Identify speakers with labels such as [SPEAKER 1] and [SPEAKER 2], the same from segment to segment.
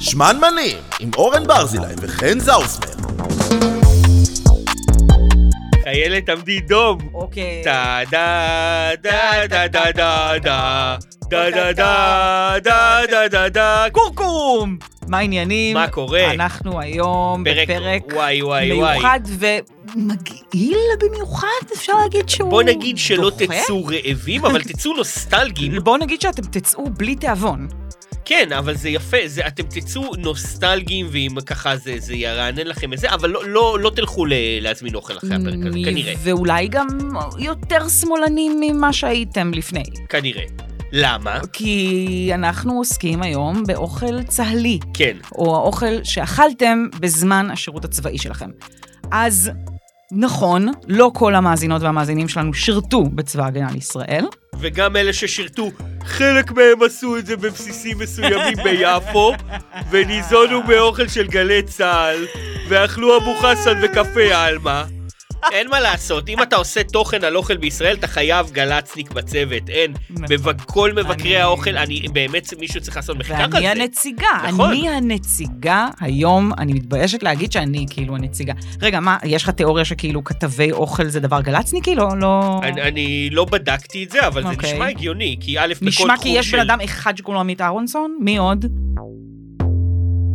[SPEAKER 1] שמנמנים, עם אורן ברזילי וחן זאוסמן.
[SPEAKER 2] חיילת עמדי דום.
[SPEAKER 3] אוקיי.
[SPEAKER 2] טה דה דה דה דה דה דה דה דה דה דה דה דה דה
[SPEAKER 3] קורקום! מה העניינים?
[SPEAKER 2] מה קורה?
[SPEAKER 3] אנחנו היום
[SPEAKER 2] פרק-
[SPEAKER 3] בפרק
[SPEAKER 2] וואי, וואי, וואי.
[SPEAKER 3] מיוחד ומגעיל במיוחד, אפשר להגיד שהוא
[SPEAKER 2] בוא נגיד שלא
[SPEAKER 3] דוחה?
[SPEAKER 2] תצאו רעבים, אבל תצאו נוסטלגיים.
[SPEAKER 3] בוא נגיד שאתם תצאו בלי תיאבון.
[SPEAKER 2] כן, אבל זה יפה, זה, אתם תצאו נוסטלגיים, ואם ככה זה, זה ירענן לכם את זה, אבל לא, לא, לא תלכו ל- להזמין אוכל אחרי הפרק הזה, כנראה,
[SPEAKER 3] ואולי גם יותר שמאלנים ממה שהייתם לפני.
[SPEAKER 2] כנראה. למה?
[SPEAKER 3] כי אנחנו עוסקים היום באוכל צהלי.
[SPEAKER 2] כן,
[SPEAKER 3] או האוכל שאכלתם בזמן השירות הצבאי שלכם. אז נכון, לא כל המאזינות והמאזינים שלנו שירתו בצבא ההגנה לישראל.
[SPEAKER 2] וגם אלה ששירתו, חלק מהם עשו את זה בבסיסים מסוימים ביפו, וניזונו מאוכל של גלי צה"ל, ואכלו אבו חסן וקפה עלמה. אין מה לעשות, אם אתה עושה תוכן על אוכל בישראל, אתה חייב גלצניק בצוות, אין. בבק- כל מבקרי
[SPEAKER 3] נכון. אני-
[SPEAKER 2] האוכל, אני באמת, מישהו צריך לעשות מחקר על זה.
[SPEAKER 3] ואני הנציגה,
[SPEAKER 2] נכון.
[SPEAKER 3] אני הנציגה היום, אני מתביישת להגיד שאני כאילו הנציגה. רגע, מה, יש לך תיאוריה שכאילו כתבי אוכל זה דבר גלצניקי? לא, לא...
[SPEAKER 2] אני, אני לא בדקתי את זה, אבל okay. זה
[SPEAKER 3] אוקיי.
[SPEAKER 2] נשמע הגיוני, כי א', בכל תחום
[SPEAKER 3] נשמע כי יש
[SPEAKER 2] של...
[SPEAKER 3] בן אדם אחד שקוראים לו עמית אהרונסון? מי עוד?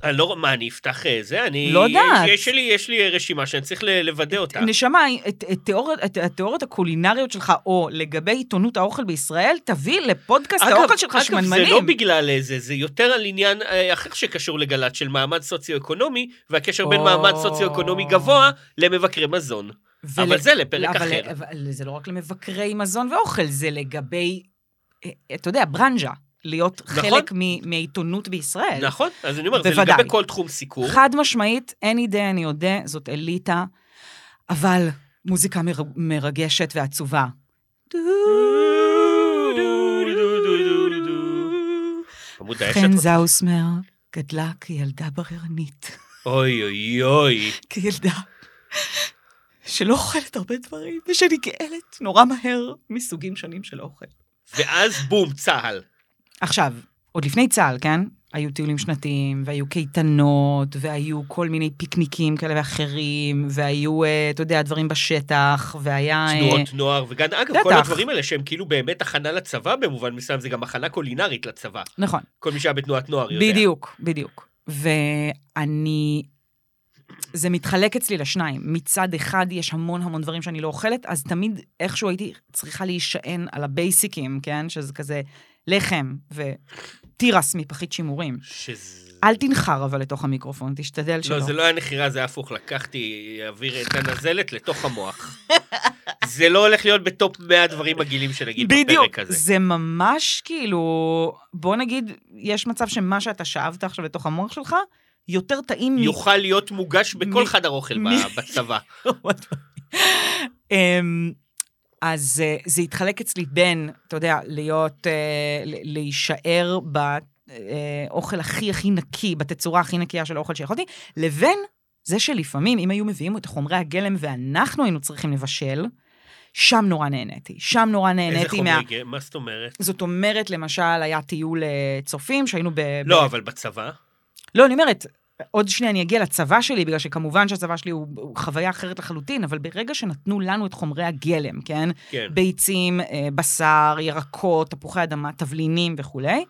[SPEAKER 2] אני לא, מה, אני אפתח אה, זה? אני...
[SPEAKER 3] לא יודעת.
[SPEAKER 2] יש לי, יש לי רשימה שאני צריך ל- לוודא אותה.
[SPEAKER 3] נשמה, את- את תיאוריות- את- התיאוריות הקולינריות שלך, או לגבי עיתונות האוכל בישראל, תביא לפודקאסט האוכל שלך
[SPEAKER 2] אגב,
[SPEAKER 3] שמנמנים.
[SPEAKER 2] זה לא בגלל איזה, זה יותר על עניין אה, אחר שקשור לגל"צ, של מעמד סוציו-אקונומי, והקשר בין
[SPEAKER 3] או.
[SPEAKER 2] מעמד סוציו-אקונומי גבוה למבקרי מזון.
[SPEAKER 3] ול-
[SPEAKER 2] אבל זה לפרק
[SPEAKER 3] אבל-
[SPEAKER 2] אחר.
[SPEAKER 3] אבל זה לא רק למבקרי מזון ואוכל, זה לגבי, אה, אתה יודע, ברנז'ה, להיות
[SPEAKER 2] נכון.
[SPEAKER 3] חלק מ- מהעיתונות בישראל.
[SPEAKER 2] נכון? אז אני אומר, זה
[SPEAKER 3] כן. בוודאי.
[SPEAKER 2] לגבי כל תחום סיקור.
[SPEAKER 3] חד משמעית, אין אידה, אני אודה, זאת אליטה, אבל מוזיקה מר- מרגשת ועצובה.
[SPEAKER 2] עמוד האש
[SPEAKER 3] חן
[SPEAKER 2] את...
[SPEAKER 3] זאוסמר גדלה כילדה בררנית,
[SPEAKER 2] אוי אוי אוי.
[SPEAKER 3] כילדה שלא אוכלת הרבה דברים ושנגאלת נורא מהר מסוגים שונים של אוכל.
[SPEAKER 2] ואז בום, צה"ל.
[SPEAKER 3] עכשיו, עוד לפני צה"ל, כן? היו טיולים שנתיים, והיו קייטנות, והיו כל מיני פיקניקים כאלה ואחרים, והיו, אה, אתה יודע, דברים בשטח, והיה... אה,
[SPEAKER 2] תנועות נוער וגן, אגב, כל
[SPEAKER 3] בטח.
[SPEAKER 2] הדברים האלה שהם כאילו באמת הכנה לצבא במובן מסוים, זה גם הכנה קולינרית לצבא.
[SPEAKER 3] נכון,
[SPEAKER 2] כל מי שהיה בתנועת נוער יודע.
[SPEAKER 3] בדיוק, בדיוק. ואני... זה מתחלק אצלי לשניים. מצד אחד, יש המון המון דברים שאני לא אוכלת, אז תמיד איכשהו הייתי צריכה להישען על הבייסיקים, כן? שזה כזה לחם ותירס מפחית שימורים.
[SPEAKER 2] שזה...
[SPEAKER 3] אל תנחר אבל לתוך המיקרופון, תשתדל שלא.
[SPEAKER 2] לא, זה לא היה נחירה, זה היה הפוך, לקחתי אוויר את הנזלת לתוך המוח. זה לא הולך להיות בטופ 100 הדברים מגעילים שנגיד בפרק הזה.
[SPEAKER 3] זה ממש כאילו, בוא נגיד, יש מצב שמה שאתה שאבת עכשיו לתוך המוח שלך, יותר טעים מ...
[SPEAKER 2] יוכל להיות מוגש בכל
[SPEAKER 3] מי-
[SPEAKER 2] חדר אוכל ב-
[SPEAKER 3] מי-
[SPEAKER 2] בצבא.
[SPEAKER 3] אמ, אז אה, זה התחלק אצלי בין, אתה יודע, להיות, אה, ל- להישאר באוכל הכי הכי נקי, בתצורה הכי נקייה של האוכל שיכולתי, לבין זה שלפעמים, אם היו מביאים את חומרי הגלם ואנחנו היינו צריכים לבשל, שם נורא נהניתי. שם נורא
[SPEAKER 2] איזה
[SPEAKER 3] נהניתי מה...
[SPEAKER 2] חומרי גלם, מה זאת אומרת?
[SPEAKER 3] זאת אומרת, למשל, היה טיול אה, צופים, שהיינו ב...
[SPEAKER 2] לא,
[SPEAKER 3] ב-
[SPEAKER 2] אבל בצבא.
[SPEAKER 3] לא, אני אומרת, עוד שנייה אני אגיע לצבא שלי, בגלל שכמובן שהצבא שלי הוא, הוא חוויה אחרת לחלוטין, אבל ברגע שנתנו לנו את חומרי הגלם, כן?
[SPEAKER 2] כן.
[SPEAKER 3] ביצים, אה, בשר, ירקות, תפוחי אדמה, תבלינים וכולי,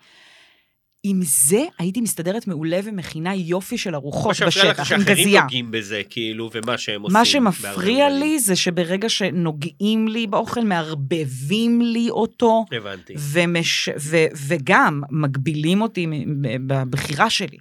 [SPEAKER 3] עם זה הייתי מסתדרת מעולה ומכינה יופי של
[SPEAKER 2] מה
[SPEAKER 3] ארוחות
[SPEAKER 2] שמפריע לך
[SPEAKER 3] בשטח, עם
[SPEAKER 2] שאחרים
[SPEAKER 3] גזייה.
[SPEAKER 2] נוגעים בזה, כאילו, ומה שהם עושים.
[SPEAKER 3] מה
[SPEAKER 2] בהרבה
[SPEAKER 3] שמפריע
[SPEAKER 2] דברים.
[SPEAKER 3] לי זה שברגע שנוגעים לי באוכל, מערבבים לי אותו.
[SPEAKER 2] הבנתי.
[SPEAKER 3] ומש... ו... וגם מגבילים אותי מ- ב- בבחירה שלי.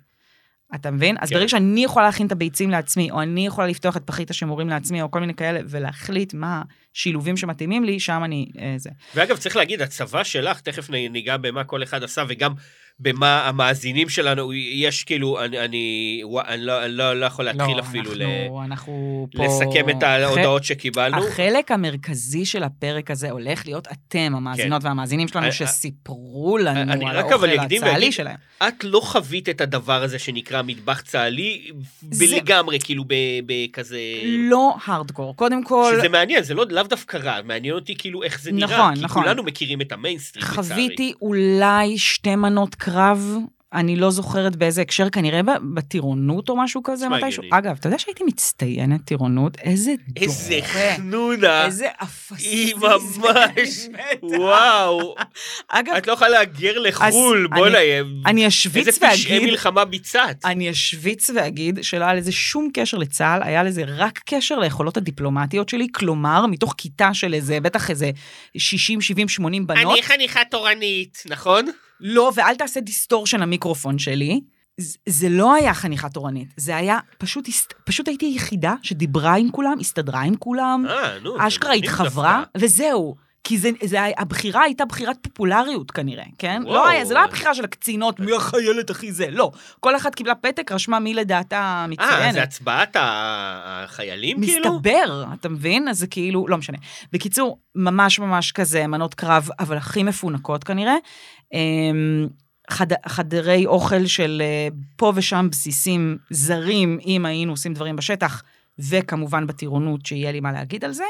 [SPEAKER 3] אתה מבין? אז
[SPEAKER 2] כן.
[SPEAKER 3] ברגע שאני יכולה להכין את הביצים לעצמי, או אני יכולה לפתוח את פחית השימורים לעצמי, או כל מיני כאלה, ולהחליט מה השילובים שמתאימים לי, שם אני... אה, זה.
[SPEAKER 2] ואגב, צריך להגיד, הצבא שלך, תכף נ- ניגע במה כל אחד עשה, וגם במה המאזינים שלנו, יש כאילו, אני, אני, ווא- אני, לא, אני לא, לא יכול להתחיל
[SPEAKER 3] לא,
[SPEAKER 2] אפילו ל,
[SPEAKER 3] אנחנו, אנחנו פה...
[SPEAKER 2] לסכם את ההודעות שקיבלנו.
[SPEAKER 3] החלק המרכזי של הפרק הזה הולך להיות אתם,
[SPEAKER 2] כן.
[SPEAKER 3] המאזינות והמאזינים
[SPEAKER 2] אני-
[SPEAKER 3] שלנו, שסיפרו לנו
[SPEAKER 2] אה, אני
[SPEAKER 3] על
[SPEAKER 2] רק אבל
[SPEAKER 3] האוכל
[SPEAKER 2] אקדים
[SPEAKER 3] הצה"לי
[SPEAKER 2] ואגיד-
[SPEAKER 3] שלהם.
[SPEAKER 2] את לא חווית את הדבר הזה שנקרא מטבח צה"לי, ב-
[SPEAKER 3] זה-
[SPEAKER 2] לגמרי, כאילו, ב- בכזה...
[SPEAKER 3] לא הארדקור. קודם כל,
[SPEAKER 2] שזה מעניין, זה לא לאו דווקא רע, מעניין אותי כאילו איך זה נראה.
[SPEAKER 3] נכון,
[SPEAKER 2] כי
[SPEAKER 3] נכון.
[SPEAKER 2] כולנו מכירים את המיינסטרים, לצערי.
[SPEAKER 3] חוויתי אולי שתי מנות קרב, אני לא זוכרת באיזה הקשר, כנראה ב- בטירונות או משהו כזה,
[SPEAKER 2] נשמע
[SPEAKER 3] מתישהו.
[SPEAKER 2] הגיוני.
[SPEAKER 3] אגב, אתה יודע שהייתי מצטיינת טירונות? איזה
[SPEAKER 2] איזה
[SPEAKER 3] דוחה.
[SPEAKER 2] חנונה.
[SPEAKER 3] איזה אפסי.
[SPEAKER 2] היא
[SPEAKER 3] זה,
[SPEAKER 2] ממש,
[SPEAKER 3] באמת.
[SPEAKER 2] וואו.
[SPEAKER 3] אגב,
[SPEAKER 2] את לא יכולה להגר לחו"ל,
[SPEAKER 3] אז
[SPEAKER 2] בוא'נה.
[SPEAKER 3] אני אשוויץ
[SPEAKER 2] איזה פשעי
[SPEAKER 3] ואגיד,
[SPEAKER 2] מלחמה ביצעת.
[SPEAKER 3] אני אשוויץ ואגיד שלא היה לזה שום קשר לצה"ל, היה לזה רק קשר ליכולות הדיפלומטיות שלי, כלומר, מתוך כיתה של איזה, בטח איזה 60, 70, 80 בנות,
[SPEAKER 2] אני חניכה תורנית, נכון?
[SPEAKER 3] לא, ואל תעשה דיסטורשן למיקרופון שלי. זה- זה לא היה חניכה תורנית, זה היה פשוט, הסת- פשוט הייתי היחידה שדיברה עם כולם, הסתדרה עם כולם,
[SPEAKER 2] אה, נו. זה
[SPEAKER 3] אשכרה
[SPEAKER 2] מגניב
[SPEAKER 3] התחברה,
[SPEAKER 2] דווקא.
[SPEAKER 3] וזהו. כי זה, זה, היה- הבחירה הייתה בחירת פופולריות כנראה, כן?
[SPEAKER 2] וואו.
[SPEAKER 3] לא היה, זה לא היה בחירה של הקצינות, מי החיילת הכי זה, לא. כל אחת קיבלה פתק, רשמה מי לדעתה
[SPEAKER 2] אה,
[SPEAKER 3] מצוינת.
[SPEAKER 2] זה הצבעת ה- החיילים, כאילו?
[SPEAKER 3] מסתבר, אתה מבין? אז זה כאילו, לא משנה. בקיצור, ממש ממש כזה, מנות קרב, אבל הכי מפונקות כנראה. אמ, חד, חדרי אוכל של אה, פה ושם בסיסים זרים, אם היינו עושים דברים בשטח, וכמובן בטירונות, שיהיה לי מה להגיד על זה.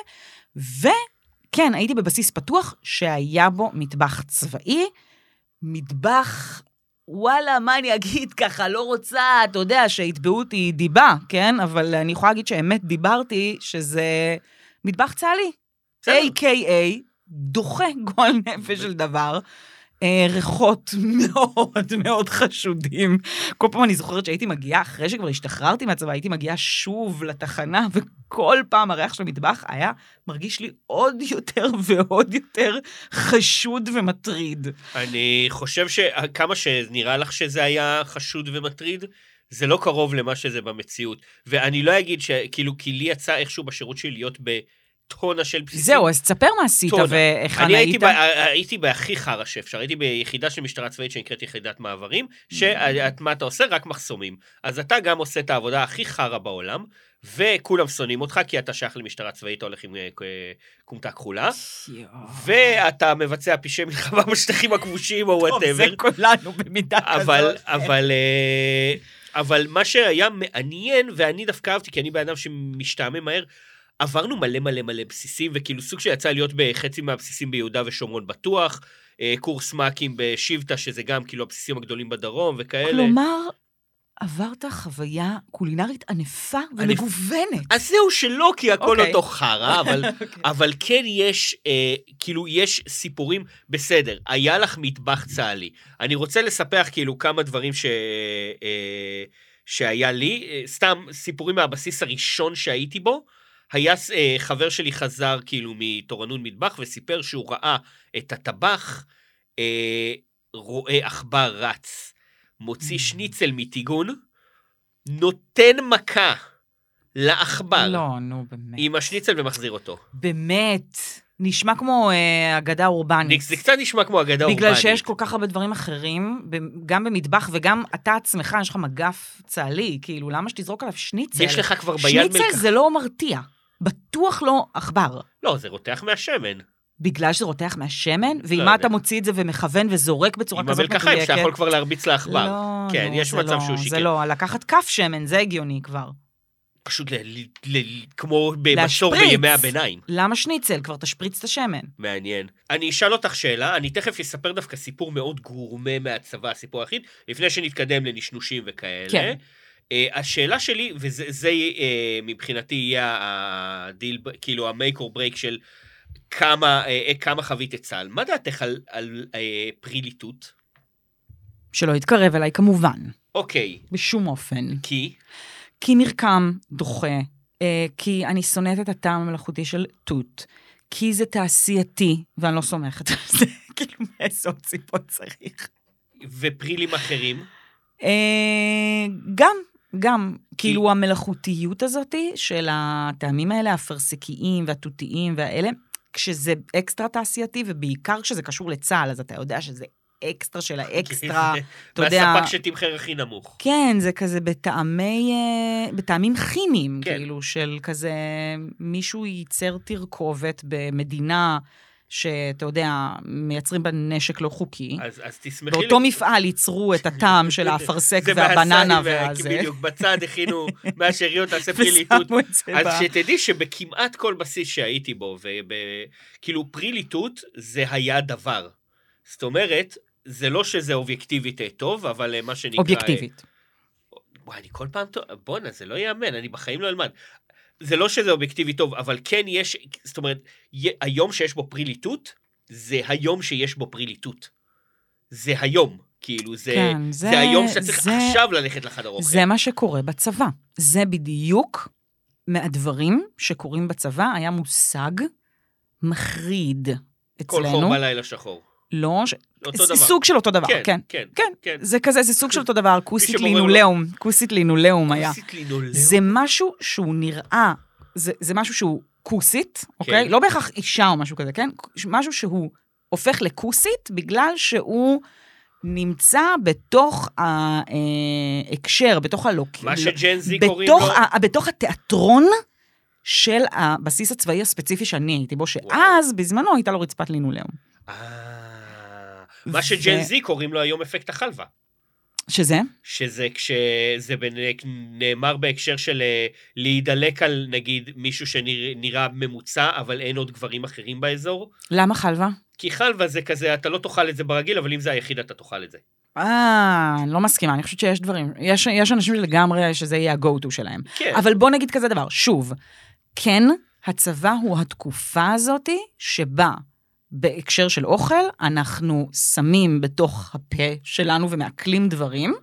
[SPEAKER 3] וכן, הייתי בבסיס פתוח שהיה בו מטבח צבאי, מטבח... וואלה, מה אני אגיד ככה, לא רוצה, אתה יודע, שיתבעו אותי דיבה, כן? אבל אני יכולה להגיד שאמת דיברתי, שזה מטבח צה"לי,
[SPEAKER 2] בסדר.
[SPEAKER 3] A.K.A. דוחה גועל נפש של דבר. אה, ריחות מאוד מאוד חשודים. כל פעם אני זוכרת שהייתי מגיעה, אחרי שכבר השתחררתי מהצבא, הייתי מגיעה שוב לתחנה, וכל פעם הריח של המטבח היה מרגיש לי עוד יותר ועוד יותר חשוד ומטריד.
[SPEAKER 2] אני חושב שכמה שנראה לך שזה היה חשוד ומטריד, זה לא קרוב למה שזה במציאות. ואני לא אגיד שכאילו, כי לי יצא איכשהו בשירות שלי להיות בטונה של בסיסים.
[SPEAKER 3] זהו, אז תספר מה עשית
[SPEAKER 2] טונה.
[SPEAKER 3] והיכן
[SPEAKER 2] אני הייתי,
[SPEAKER 3] היית.
[SPEAKER 2] ב, אה, הייתי בהכי חרא שאפשר, הייתי ביחידה של משטרה צבאית שנקראת יחידת מעברים, שאת מה אתה עושה? רק מחסומים. אז אתה גם עושה את העבודה הכי חרא בעולם, וכולם שונאים אותך כי אתה שייך למשטרה צבאית, אתה הולך עם אה, ק- אה, כומתה כחולה,
[SPEAKER 3] יואו.
[SPEAKER 2] ואתה מבצע פשעי מלחמה בשטחים הכבושים או
[SPEAKER 3] טוב, זה אוקיי.
[SPEAKER 2] וואטאבר.
[SPEAKER 3] כולנו במידה כזאת.
[SPEAKER 2] אבל, אבל, אה, אבל מה שהיה מעניין, ואני דווקא אהבתי, כי אני בן אדם שמשתעמם מהר, עברנו מלא מלא מלא בסיסים, וכאילו סוג שיצא להיות בחצי מהבסיסים ביהודה ושומרון בטוח, אה, קורס מ"כים בשבטה, שזה גם כאילו הבסיסים הגדולים בדרום וכאלה.
[SPEAKER 3] כלומר, עברת חוויה קולינרית ענפה ומגוונת.
[SPEAKER 2] אז זהו שלא, כי הכל
[SPEAKER 3] אוקיי.
[SPEAKER 2] אותו חרא, אבל, אבל כן יש, אה, כאילו, יש סיפורים, בסדר, היה לך מטבח צה"לי. אני רוצה לספח כאילו כמה דברים ש... אה, שהיה לי, אה, סתם סיפורים מהבסיס הראשון שהייתי בו. היה אה, חבר שלי חזר כאילו מתורנות מטבח וסיפר שהוא ראה את הטבח אה, רואה עכבר רץ, מוציא
[SPEAKER 3] Mm.
[SPEAKER 2] שניצל מטיגון, נותן מכה לעכבר
[SPEAKER 3] לא, נו, באמת.
[SPEAKER 2] עם השניצל ומחזיר אותו.
[SPEAKER 3] באמת. נשמע כמו אה, אגדה אורבנית.
[SPEAKER 2] זה קצת נשמע כמו אגדה אורבנית.
[SPEAKER 3] בגלל שיש כל כך הרבה דברים אחרים, ב- גם במטבח וגם אתה עצמך, יש לך מגף צה"לי, כאילו, למה שתזרוק עליו שניצל?
[SPEAKER 2] יש לך כבר ביד מלקח.
[SPEAKER 3] שניצל זה לא מרתיע. בטוח לא עכבר.
[SPEAKER 2] לא, זה רותח מהשמן.
[SPEAKER 3] בגלל שזה רותח מהשמן? ועם
[SPEAKER 2] לא יודע.
[SPEAKER 3] מה אתה מוציא את זה ומכוון וזורק בצורה
[SPEAKER 2] עם
[SPEAKER 3] כזאת מדויקת?
[SPEAKER 2] המלקחיים שאתה יכול כבר להרביץ לעכבר.
[SPEAKER 3] לא,
[SPEAKER 2] כן,
[SPEAKER 3] נו,
[SPEAKER 2] יש
[SPEAKER 3] זה
[SPEAKER 2] מצב
[SPEAKER 3] לא,
[SPEAKER 2] שהוא
[SPEAKER 3] זה
[SPEAKER 2] שיקר.
[SPEAKER 3] לא, לקחת כף שמן, זה הגיוני כבר.
[SPEAKER 2] פשוט ל- ל- ל- כמו במצור
[SPEAKER 3] להשפריץ.
[SPEAKER 2] בימי הביניים.
[SPEAKER 3] למה שניצל? כבר תשפריץ את השמן.
[SPEAKER 2] מעניין. אני אשאל אותך שאלה, אני תכף אספר דווקא סיפור מאוד גורמה מהצבא, הסיפור היחיד, לפני שנתקדם לנשנושים וכאלה.
[SPEAKER 3] כן.
[SPEAKER 2] אה, השאלה שלי, וזה זה, אה, מבחינתי יהיה הדיל, כאילו המייק אור ברייק של כמה, אה, כמה חווית את צה"ל, מה דעתך על, על אה, פרי ליטוט?
[SPEAKER 3] שלא יתקרב אליי כמובן,
[SPEAKER 2] אוקיי,
[SPEAKER 3] בשום אופן.
[SPEAKER 2] כי?
[SPEAKER 3] כי מרקם דוחה, אה, כי אני שונאת את הטעם המלאכותי של תות, כי זה תעשייתי, ואני לא סומכת על זה, כאילו מאיזה עוד סיבות צריך.
[SPEAKER 2] ופרילים אחרים?
[SPEAKER 3] אה, גם, גם, כאילו המלאכותיות הזאתי של הטעמים האלה, האפרסקיים והתותיים והאלה, כשזה אקסטרה תעשייתי, ובעיקר כשזה קשור לצה"ל, אז אתה יודע שזה אקסטרה של האקסטרה, אתה יודע...
[SPEAKER 2] מהספק שתמחר הכי נמוך.
[SPEAKER 3] כן, זה כזה בטעמי, אה, בטעמים כימיים,
[SPEAKER 2] כן.
[SPEAKER 3] כן. כאילו, של כזה, מישהו ייצר תרכובת במדינה שאתה יודע, מייצרים בה נשק לא חוקי.
[SPEAKER 2] אז, אז תסמכי
[SPEAKER 3] באותו מפעל ייצרו את הטעם של האפרסק
[SPEAKER 2] זה
[SPEAKER 3] והבננה
[SPEAKER 2] מהסל, וה-
[SPEAKER 3] והזה.
[SPEAKER 2] בדיוק, בצד הכינו מהשאריות, תעשה פרי ליטוט.
[SPEAKER 3] ושמו את זה
[SPEAKER 2] אז
[SPEAKER 3] ב...
[SPEAKER 2] שתדעי שבכמעט כל בסיס כאילו, שהייתי בו, וכאילו פרי ליטוט זה היה דבר. זאת אומרת, זה לא שזה אובייקטיבית אה, טוב, אבל אה, מה שנקרא... אה,
[SPEAKER 3] אובייקטיבית.
[SPEAKER 2] וואי, אני כל פעם טוב, בואנה, זה לא ייאמן, אני בחיים לא אלמד. זה לא שזה אובייקטיבי טוב, אבל כן יש, זאת אומרת, י- היום שיש בו פריליטות, זה היום שיש בו פריליטות. זה היום, כאילו, זה, זה,
[SPEAKER 3] כן, זה-
[SPEAKER 2] זה היום שאתה צריך
[SPEAKER 3] זה-
[SPEAKER 2] עכשיו אוקיי. ללכת לחדר אוכל.
[SPEAKER 3] זה מה שקורה בצבא. זה בדיוק מהדברים שקורים בצבא, היה מושג מחריד
[SPEAKER 2] כל חור
[SPEAKER 3] אצלנו.
[SPEAKER 2] בלילה שחור.
[SPEAKER 3] לא, ש-
[SPEAKER 2] אותו
[SPEAKER 3] ס-
[SPEAKER 2] דבר.
[SPEAKER 3] סוג של אותו דבר,
[SPEAKER 2] כן,
[SPEAKER 3] כן.
[SPEAKER 2] כן,
[SPEAKER 3] כן.
[SPEAKER 2] כן.
[SPEAKER 3] זה כזה, זה סוג של אותו דבר, כוסית
[SPEAKER 2] שבורר לו-
[SPEAKER 3] לינולאום, כוסית לינולאום היה.
[SPEAKER 2] כוסית לינולאום.
[SPEAKER 3] זה משהו שהוא נראה, זה, זה משהו שהוא כוסית, אוקיי?
[SPEAKER 2] כן.
[SPEAKER 3] לא בהכרח אישה או משהו כזה, כן? ש- משהו שהוא הופך לכוסית בגלל שהוא נמצא בתוך ההקשר, בתוך הלוקים.
[SPEAKER 2] מה שג'ן זי קוראים לו...
[SPEAKER 3] בתוך, ה, בתוך התיאטרון של הבסיס הצבאי הספציפי שאני הייתי בו, שאז, בזמנו, הייתה לו רצפת לינולאום.
[SPEAKER 2] אה, מה
[SPEAKER 3] ו-
[SPEAKER 2] שג'ן זי קוראים לו היום אפקט החלבה.
[SPEAKER 3] שזה?
[SPEAKER 2] שזה כשזה בנ- נאמר בהקשר של אה, להידלק על נגיד מישהו שנראה ממוצע אבל אין עוד גברים אחרים באזור.
[SPEAKER 3] למה חלבה?
[SPEAKER 2] כי חלבה זה כזה אתה לא תאכל את זה ברגיל אבל אם זה היחיד אתה תאכל את זה.
[SPEAKER 3] אה, אני לא מסכימה, אני חושבת שיש דברים, יש, יש אנשים שלגמרי שזה יהיה ה-go-to שלהם.
[SPEAKER 2] כן.
[SPEAKER 3] אבל בוא נגיד כזה דבר, שוב, כן, הצבא הוא התקופה הזאתי שבה בהקשר של אוכל, אנחנו שמים בתוך הפה שלנו ומעכלים דברים,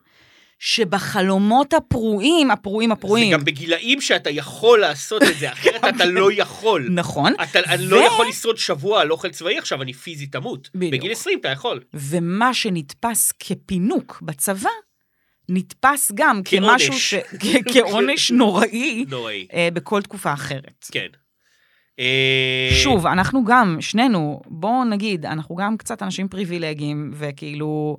[SPEAKER 3] שבחלומות הפרועים, הפרועים
[SPEAKER 2] זה
[SPEAKER 3] הפרועים,
[SPEAKER 2] גם בגילאים שאתה יכול לעשות את זה אחרת אתה
[SPEAKER 3] כן.
[SPEAKER 2] לא יכול.
[SPEAKER 3] נכון,
[SPEAKER 2] אתה אני
[SPEAKER 3] ו-
[SPEAKER 2] לא יכול לשרוד שבוע על אוכל צבאי עכשיו אני פיזית אמות.
[SPEAKER 3] בדיוק.
[SPEAKER 2] בגיל 20 אתה יכול.
[SPEAKER 3] ומה שנתפס כפינוק בצבא, נתפס גם
[SPEAKER 2] כעונש.
[SPEAKER 3] כמשהו ש... כ- כעונש נוראי
[SPEAKER 2] נוראי.
[SPEAKER 3] אה, בכל תקופה אחרת.
[SPEAKER 2] כן. אה,
[SPEAKER 3] שוב, אנחנו גם, שנינו, בואו נגיד, אנחנו גם קצת אנשים פריבילגיים, וכאילו,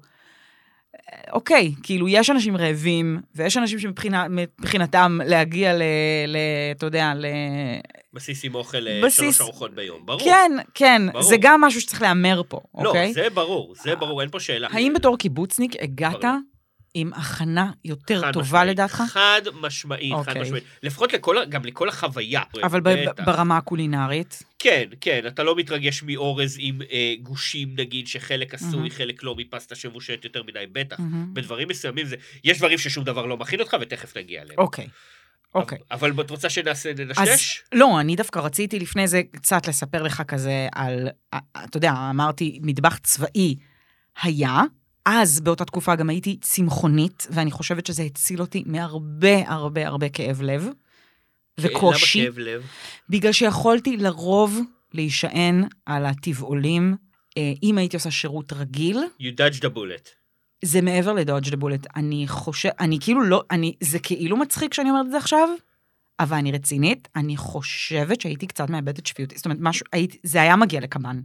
[SPEAKER 3] אה, אוקיי, כאילו, יש אנשים רעבים, ויש אנשים שמבחינתם להגיע ל... ל אתה יודע, ל...
[SPEAKER 2] בסיס עם אוכל אה,
[SPEAKER 3] בסיס-
[SPEAKER 2] שלוש ארוחות ביום. ברור.
[SPEAKER 3] כן, כן,
[SPEAKER 2] ברור.
[SPEAKER 3] זה גם משהו שצריך להיאמר פה,
[SPEAKER 2] לא,
[SPEAKER 3] אוקיי?
[SPEAKER 2] זה ברור, זה ברור, אין פה שאלה.
[SPEAKER 3] האם בתור קיבוצניק הגעת
[SPEAKER 2] ברור.
[SPEAKER 3] עם הכנה יותר
[SPEAKER 2] חד
[SPEAKER 3] טובה
[SPEAKER 2] משמעית,
[SPEAKER 3] לדעתך?
[SPEAKER 2] חד משמעית, חד
[SPEAKER 3] אוקיי.
[SPEAKER 2] משמעית. לפחות לכל, ה- גם לכל החוויה.
[SPEAKER 3] אבל ב-
[SPEAKER 2] בטח.
[SPEAKER 3] ברמה הקולינרית?
[SPEAKER 2] כן, כן, אתה לא מתרגש מאורז עם אה, גושים, נגיד, שחלק עשוי,
[SPEAKER 3] מהמם.
[SPEAKER 2] חלק לא, מפסטה שמבושלת יותר מדי, בטח.
[SPEAKER 3] מהמם.
[SPEAKER 2] בדברים מסוימים זה, יש דברים ששום דבר לא מכין אותך, ותכף נגיע אליהם.
[SPEAKER 3] אוקיי, אוקיי.
[SPEAKER 2] אבל אבל את רוצה שנעשה,
[SPEAKER 3] אז
[SPEAKER 2] ננשש?
[SPEAKER 3] לא, אני דווקא רציתי לפני זה קצת לספר לך כזה על, אה, אתה יודע, אמרתי, מטבח צבאי היה, אז באותה תקופה גם הייתי צמחונית, ואני חושבת שזה הציל אותי מהרבה הרבה הרבה כאב לב
[SPEAKER 2] אה,
[SPEAKER 3] וקושי,
[SPEAKER 2] למה כאב לב?
[SPEAKER 3] בגלל שיכולתי לרוב להישען על הטבעולים. אה, אם הייתי עושה שירות רגיל,
[SPEAKER 2] You dodged a bullet.
[SPEAKER 3] זה מעבר לדודג' לבולט. אני חושב, אני כאילו לא, אני, זה כאילו מצחיק שאני אומרת את זה עכשיו, אבל אני רצינית, אני חושבת שהייתי קצת מאבדת שפיות. זאת אומרת, משהו, הייתי, זה היה מגיע לקב"ן.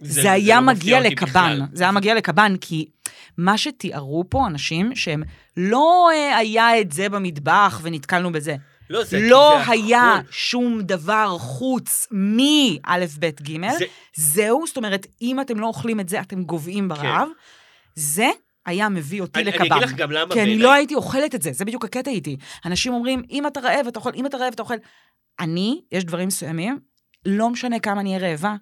[SPEAKER 3] זה, זה
[SPEAKER 2] לא
[SPEAKER 3] היה
[SPEAKER 2] מפתיע
[SPEAKER 3] מגיע
[SPEAKER 2] אותי
[SPEAKER 3] לקב"ן.
[SPEAKER 2] בכלל.
[SPEAKER 3] זה היה מגיע לקב"ן, כי מה שתיארו פה אנשים, שהם לא אה, היה את זה במטבח ונתקלנו בזה.
[SPEAKER 2] לא, זה-
[SPEAKER 3] לא
[SPEAKER 2] זה
[SPEAKER 3] היה
[SPEAKER 2] הכל.
[SPEAKER 3] שום דבר חוץ מאלף, בית, גימל.
[SPEAKER 2] זה-
[SPEAKER 3] זהו, זאת אומרת, אם אתם לא אוכלים את זה, אתם גוועים ברעב. זה היה מביא אותי
[SPEAKER 2] כן. אני-
[SPEAKER 3] לקב"ן.
[SPEAKER 2] אני אגיד לך גם למה
[SPEAKER 3] כי אני
[SPEAKER 2] בעיניי.
[SPEAKER 3] לא הייתי אוכלת את זה, זה בדיוק הקטע איתי. אנשים אומרים, אם אתה רעב, אתה אוכל, אם אתה רעב, אתה אוכל. אני, יש דברים מסוימים, לא משנה כמה אני אהיה רעבה,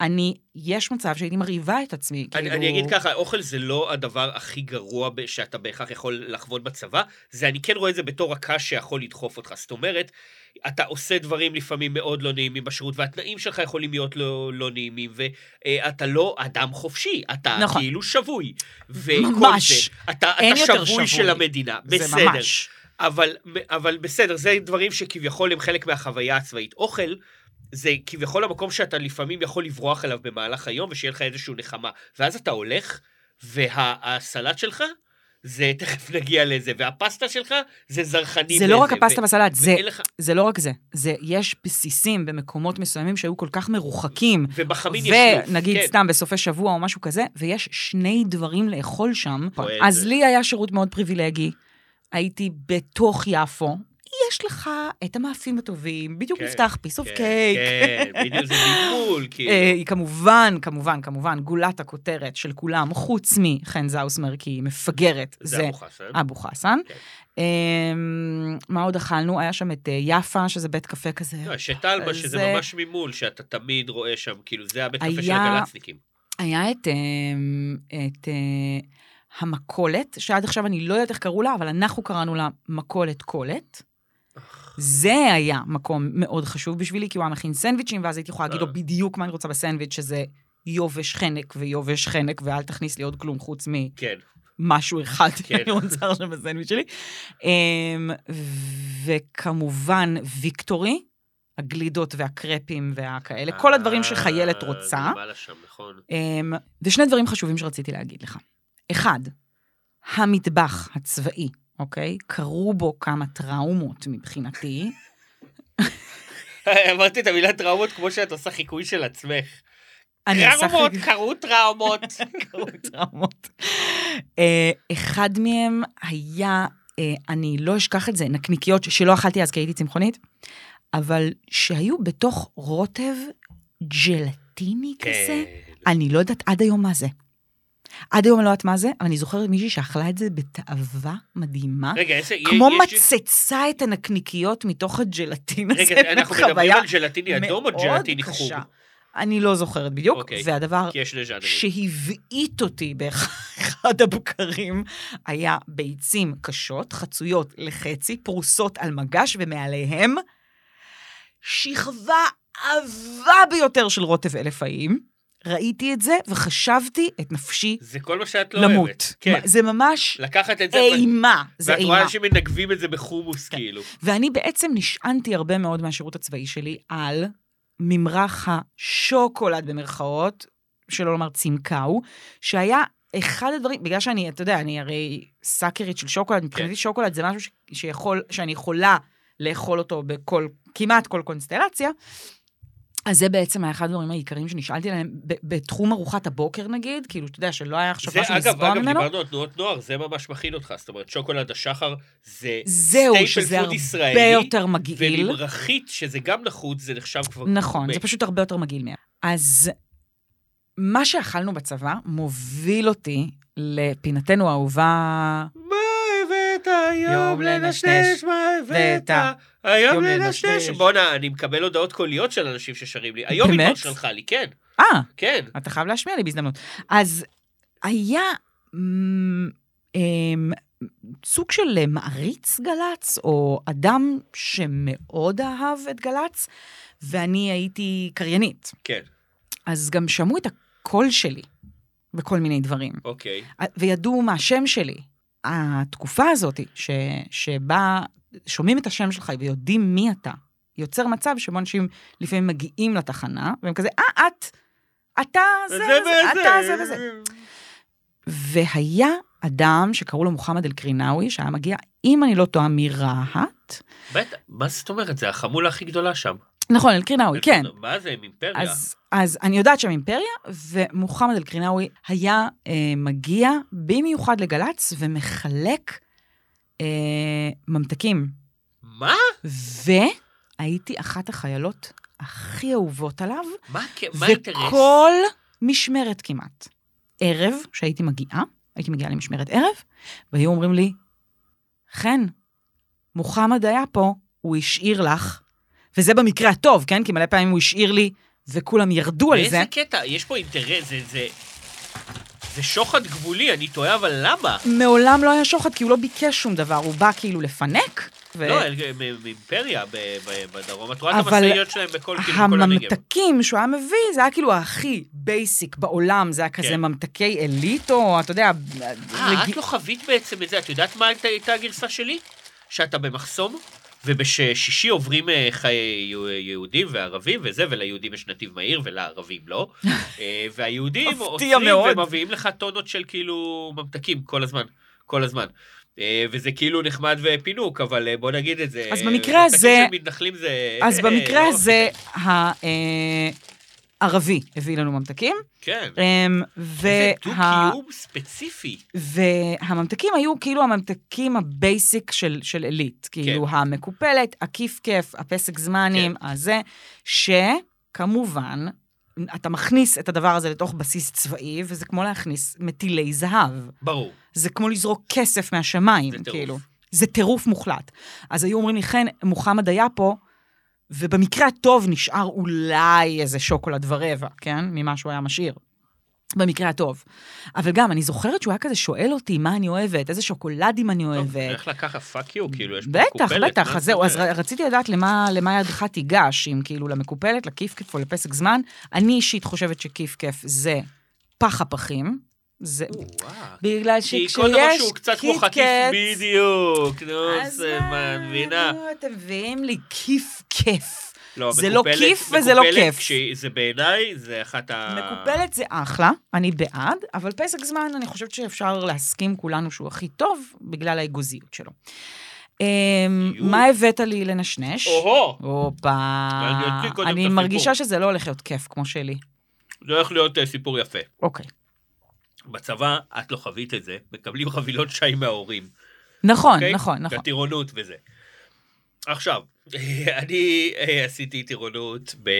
[SPEAKER 3] אני, יש מצב שהייתי מרעיבה את עצמי,
[SPEAKER 2] אני,
[SPEAKER 3] כאילו...
[SPEAKER 2] אני אגיד ככה, אוכל זה לא הדבר הכי גרוע ב- שאתה בהכרח יכול לחוות בצבא, זה אני כן רואה את זה בתור הקש שיכול לדחוף אותך. זאת אומרת, אתה עושה דברים לפעמים מאוד לא נעימים בשירות, והתנאים שלך יכולים להיות לא, לא נעימים, ואתה לא אדם חופשי, אתה
[SPEAKER 3] נכון.
[SPEAKER 2] נכון. כאילו שבוי. וכל
[SPEAKER 3] ממש.
[SPEAKER 2] זה, אתה,
[SPEAKER 3] אין
[SPEAKER 2] אתה
[SPEAKER 3] יותר
[SPEAKER 2] שבוי,
[SPEAKER 3] שבוי.
[SPEAKER 2] של המדינה,
[SPEAKER 3] זה
[SPEAKER 2] בסדר.
[SPEAKER 3] ממש.
[SPEAKER 2] אבל, אבל בסדר, זה דברים שכביכול הם חלק מהחוויה הצבאית. אוכל זה כביכול המקום שאתה לפעמים יכול לברוח אליו במהלך היום ושיהיה לך איזושהי נחמה. ואז אתה הולך, והסלט שלך, זה, תכף נגיע לזה, והפסטה שלך, זה זרחנים.
[SPEAKER 3] זה לא
[SPEAKER 2] לזה,
[SPEAKER 3] רק הפסטה
[SPEAKER 2] ו-
[SPEAKER 3] בסלט, זה,
[SPEAKER 2] ואין לך-
[SPEAKER 3] זה לא רק זה. זה, יש בסיסים במקומות מסוימים שהיו כל כך מרוחקים,
[SPEAKER 2] ובחמין יש לוף.
[SPEAKER 3] ונגיד
[SPEAKER 2] כן.
[SPEAKER 3] סתם בסופי שבוע או משהו כזה, ויש שני דברים לאכול שם.
[SPEAKER 2] רואה את
[SPEAKER 3] אז
[SPEAKER 2] זה.
[SPEAKER 3] לי היה שירות מאוד פריבילגי, הייתי בתוך יפו. יש לך את המאפים הטובים, בדיוק
[SPEAKER 2] כן,
[SPEAKER 3] נפתח פיס אוף
[SPEAKER 2] כן,
[SPEAKER 3] קייק.
[SPEAKER 2] כן, בדיוק, זה בלבול, כאילו.
[SPEAKER 3] אה, היא כמובן, כמובן, כמובן, גולת הכותרת של כולם, חוץ מחן זאוסמר, כי היא מפגרת.
[SPEAKER 2] זה ארוחה, בסדר?
[SPEAKER 3] אבו חסן.
[SPEAKER 2] כן.
[SPEAKER 3] אמ, מה עוד אכלנו? היה שם את אה, יפה, שזה בית קפה כזה.
[SPEAKER 2] לא, שטלמה, שזה
[SPEAKER 3] זה-
[SPEAKER 2] ממש ממול, שאתה תמיד רואה שם, כאילו, זה הבית קפה של
[SPEAKER 3] היה-
[SPEAKER 2] הגלצניקים.
[SPEAKER 3] היה את, אמ, את אה, המכולת, שעד עכשיו אני לא יודעת איך קראו לה, אבל אנחנו קראנו לה מכולת קולת. זה היה מקום מאוד חשוב בשבילי, כי הוא היה מכין סנדוויצ'ים, ואז הייתי יכולה להגיד לו בדיוק מה אני רוצה בסנדוויץ', שזה יובש חנק ויובש חנק, ואל תכניס לי עוד כלום חוץ מ...
[SPEAKER 2] כן.
[SPEAKER 3] משהו אחד
[SPEAKER 2] כן.
[SPEAKER 3] שאני רוצה עכשיו בסנדוויץ' שלי. אמ, וכמובן, ויקטורי, הגלידות והקרפים והכאלה, כל הדברים שחיילת
[SPEAKER 2] אה,
[SPEAKER 3] רוצה.
[SPEAKER 2] זה בא לשם, נכון.
[SPEAKER 3] אמ, ושני דברים חשובים שרציתי להגיד לך. אחד, המטבח הצבאי, אוקיי? קרו בו כמה טראומות מבחינתי.
[SPEAKER 2] אה, אמרתי את המילה טראומות כמו שאת עושה חיקוי של עצמך.
[SPEAKER 3] אני עושה
[SPEAKER 2] טראומות,
[SPEAKER 3] חלק-
[SPEAKER 2] קרו טראומות.
[SPEAKER 3] קרו טראומות. אה, אחד מהם היה, אה, אני לא אשכח את זה, נקניקיות שלא אכלתי אז כי הייתי צמחונית, אבל שהיו בתוך רוטב ג'לטיני כזה.
[SPEAKER 2] כן.
[SPEAKER 3] אני לא יודעת עד היום מה זה. עד היום אני לא יודעת מה זה, אבל אני זוכרת מישהי שאכלה את זה בתאווה מדהימה.
[SPEAKER 2] רגע, יש...
[SPEAKER 3] כמו
[SPEAKER 2] יש-
[SPEAKER 3] מצצה את הנקניקיות מתוך הג'לטין הזה,
[SPEAKER 2] רגע, אנחנו מדברים
[SPEAKER 3] בחוויה
[SPEAKER 2] על ג'לטיני אדום או
[SPEAKER 3] מאוד
[SPEAKER 2] ג'לטיני חום?
[SPEAKER 3] קשה. אני לא זוכרת בדיוק,
[SPEAKER 2] אוקיי.
[SPEAKER 3] והדבר
[SPEAKER 2] כי יש שני ז'אנרים.
[SPEAKER 3] שהבעיט אותי באחד הבקרים היה ביצים קשות, חצויות לחצי, פרוסות על מגש, ומעליהם שכבה עבה ביותר של רוטב אלף האיים. ראיתי את זה וחשבתי את נפשי
[SPEAKER 2] זה כל מה שאת לא אוהבת.
[SPEAKER 3] למות.
[SPEAKER 2] כן.
[SPEAKER 3] זה ממש
[SPEAKER 2] לקחת את זה...
[SPEAKER 3] אימה, זה
[SPEAKER 2] ואת
[SPEAKER 3] אימה. כן.
[SPEAKER 2] רואה אנשים מנגבים את זה בחומוס, כאילו.
[SPEAKER 3] ואני בעצם נשענתי הרבה מאוד מהשירות הצבאי שלי על ממרח השוקולד במרכאות, שלא לומר צמקאו, שהיה אחד הדברים, בגלל שאני, אתה יודע, אני הרי סאקרית של שוקולד,
[SPEAKER 2] כן.
[SPEAKER 3] מבחינתי שוקולד זה משהו ש, שיכול, שאני יכולה לאכול אותו בכל, כמעט כל קונסטלציה. אז זה בעצם היה אחד הדברים העיקריים שנשאלתי עליהם, ב- בתחום ארוחת הבוקר נגיד, כאילו, אתה יודע, שלא היה עכשיו
[SPEAKER 2] זה
[SPEAKER 3] משהו
[SPEAKER 2] אגב,
[SPEAKER 3] לסבוע
[SPEAKER 2] אגב,
[SPEAKER 3] ממנו.
[SPEAKER 2] דיברנו על תנועות נוער, זה ממש מכין אותך. זאת אומרת, שוקולד השחר זה
[SPEAKER 3] זהו,
[SPEAKER 2] staple
[SPEAKER 3] שזה
[SPEAKER 2] food
[SPEAKER 3] הרבה
[SPEAKER 2] ישראלי,
[SPEAKER 3] יותר מגעיל.
[SPEAKER 2] וממרחית, שזה גם נחוץ, זה נחשב כבר...
[SPEAKER 3] נכון,
[SPEAKER 2] מת.
[SPEAKER 3] זה פשוט הרבה יותר מגעיל מהם. אז מה שאכלנו בצבא מוביל אותי לפינתנו האהובה...
[SPEAKER 2] מה הבאת היום
[SPEAKER 3] יום
[SPEAKER 2] לנשנש?
[SPEAKER 3] לנשנש,
[SPEAKER 2] מה הבאת
[SPEAKER 3] הבאת,
[SPEAKER 2] היום
[SPEAKER 3] יום
[SPEAKER 2] לנשנש?
[SPEAKER 3] לנשנש.
[SPEAKER 2] בואנה, אני מקבל הודעות קוליות של אנשים ששרים לי. היום
[SPEAKER 3] באמת?
[SPEAKER 2] היא שלחה לי, כן,
[SPEAKER 3] אה,
[SPEAKER 2] כן.
[SPEAKER 3] אתה חייב להשמיע לי בהזדמנות. אז היה אמ, אמ, סוג של מעריץ גל"צ, או אדם שמאוד אהב את גל"צ, ואני הייתי קריינית.
[SPEAKER 2] כן,
[SPEAKER 3] אז גם שמעו את הקול שלי בכל מיני דברים.
[SPEAKER 2] אוקיי.
[SPEAKER 3] וידעו מה השם שלי. התקופה הזאת ש, שבה שומעים את השם שלך ויודעים מי אתה, יוצר מצב שבו אנשים לפעמים מגיעים לתחנה, והם כזה, אה, את, אתה זה, זה, זה, אתה זה וזה. והיה אדם שקראו לו מוחמד אל-קרינאווי, שהיה מגיע, אם אני לא טועה, מרהט.
[SPEAKER 2] בטח, מה זאת אומרת? זה החמולה הכי גדולה שם.
[SPEAKER 3] נכון, אל-קרינאווי, כן.
[SPEAKER 2] מה זה, הם אימפריה?
[SPEAKER 3] אז, אז אני יודעת שהם אימפריה, ומוחמד אל-קרינאווי היה אה, מגיע במיוחד לגל"צ ומחלק אה, ממתקים.
[SPEAKER 2] מה?
[SPEAKER 3] והייתי אחת החיילות הכי אהובות עליו,
[SPEAKER 2] מה כ- מה האינטרס?
[SPEAKER 3] וכל משמרת כמעט. ערב, שהייתי מגיעה, הייתי מגיעה למשמרת ערב, והיו אומרים לי, חן, מוחמד היה פה, הוא השאיר לך, וזה במקרה הטוב, כן? כי מלא פעמים הוא השאיר לי, וכולם ירדו על זה.
[SPEAKER 2] באיזה קטע? יש פה אינטרס, זה- זה... זה שוחד גבולי, אני תוהה, אבל למה?
[SPEAKER 3] מעולם לא היה שוחד, כי הוא לא ביקש שום דבר, הוא בא כאילו לפנק. ו...
[SPEAKER 2] לא, הם הם אימפריה ב- ב- בדרום, את רואה את
[SPEAKER 3] אבל
[SPEAKER 2] המשאיות שלהם בכל כאילו, כל הנגב.
[SPEAKER 3] הממתקים שהוא היה מביא, זה היה כאילו הכי בייסיק בעולם, זה היה כזה
[SPEAKER 2] כן.
[SPEAKER 3] ממתקי אליטו, אתה יודע,
[SPEAKER 2] אה,
[SPEAKER 3] רגיל-
[SPEAKER 2] את לא חווית בעצם את זה, את יודעת מה הייתה- הייתה הגרסה שלי? שאתה במחסום, ובשישי עוברים אה, חיי יהו- יהודים וערבים וזה, וליהודים יש נתיב מהיר ולערבים לא. אה, והיהודים
[SPEAKER 3] מפתיע
[SPEAKER 2] עוצרים
[SPEAKER 3] מאוד.
[SPEAKER 2] ומביאים לך טונות של כאילו ממתקים כל הזמן, כל הזמן. אה, וזה כאילו נחמד ופינוק, אבל אה, בוא נגיד את זה.
[SPEAKER 3] אז
[SPEAKER 2] אה,
[SPEAKER 3] במקרה הזה-
[SPEAKER 2] ממתקים של מתנחלים זה...
[SPEAKER 3] אז
[SPEAKER 2] אה,
[SPEAKER 3] במקרה
[SPEAKER 2] לא.
[SPEAKER 3] הזה, הערבי הביא לנו ממתקים,
[SPEAKER 2] כן.
[SPEAKER 3] אמ, וה-
[SPEAKER 2] זה דו-קיום ספציפי.
[SPEAKER 3] והממתקים היו כאילו הממתקים הבייסיק של, של עילית, כאילו כן. המקופלת, הכיף כיף, הפסק זמנים, כן. הזה, שכמובן, אתה מכניס את הדבר הזה לתוך בסיס צבאי, וזה כמו להכניס מטילי זהב.
[SPEAKER 2] ברור.
[SPEAKER 3] זה כמו לזרוק כסף מהשמיים,
[SPEAKER 2] זה טירוף.
[SPEAKER 3] כאילו. זה טירוף מוחלט. אז היו אומרים לי, חן, מוחמד היה פה, ובמקרה הטוב נשאר אולי איזה שוקולד ורבע, כן? ממה שהוא היה משאיר. במקרה הטוב. אבל גם, אני זוכרת שהוא היה כזה שואל אותי מה אני אוהבת, איזה שוקולדים אני אוהבת.
[SPEAKER 2] איך לקחה פאק יו, כאילו, יש פה
[SPEAKER 3] בטח,
[SPEAKER 2] מקופלת,
[SPEAKER 3] בטח,
[SPEAKER 2] מה זאת
[SPEAKER 3] אז זהו, אז
[SPEAKER 2] אומרת?
[SPEAKER 3] ר- רציתי לדעת למה, למה ידך תיגש, אם כאילו למקופלת, לכיף-כיף או לפסק זמן. אני אישית חושבת שכיף-כיף זה פח הפחים. זה
[SPEAKER 2] וואו.
[SPEAKER 3] בגלל
[SPEAKER 2] כי
[SPEAKER 3] שכשיש
[SPEAKER 2] כל דבר שהוא קצת כמו חטיף,
[SPEAKER 3] קיט-קט,
[SPEAKER 2] בדיוק. נו,
[SPEAKER 3] אז
[SPEAKER 2] זה
[SPEAKER 3] מה,
[SPEAKER 2] מה, מבינה.
[SPEAKER 3] נו, אתם מביאים לי כיף-כיף.
[SPEAKER 2] לא,
[SPEAKER 3] זה לא
[SPEAKER 2] מקופלת-
[SPEAKER 3] כיף וזה לא
[SPEAKER 2] מקופלת,
[SPEAKER 3] כיף.
[SPEAKER 2] כשזה בעיניי, זה אחת ה...
[SPEAKER 3] מקופלת זה אחלה, אני בעד, אבל פסק זמן, אני חושבת שאפשר להסכים כולנו שהוא הכי טוב, בגלל האגוזיות שלו. אמ,
[SPEAKER 2] אגוזיות?
[SPEAKER 3] מה הבאת לי לנשנש?
[SPEAKER 2] או-הו,
[SPEAKER 3] הופה.
[SPEAKER 2] אני אתחיל קודם את
[SPEAKER 3] אני
[SPEAKER 2] הסיפור.
[SPEAKER 3] מרגישה שזה לא הולך להיות כיף כמו שלי.
[SPEAKER 2] זה הולך להיות אה, סיפור יפה.
[SPEAKER 3] אוקיי.
[SPEAKER 2] בצבא, את לא חווית את זה, מקבלים חבילות שי מההורים.
[SPEAKER 3] נכון,
[SPEAKER 2] אוקיי?
[SPEAKER 3] נכון, נכון.
[SPEAKER 2] הטירונות וזה. עכשיו, אני אה, עשיתי טירונות, ב...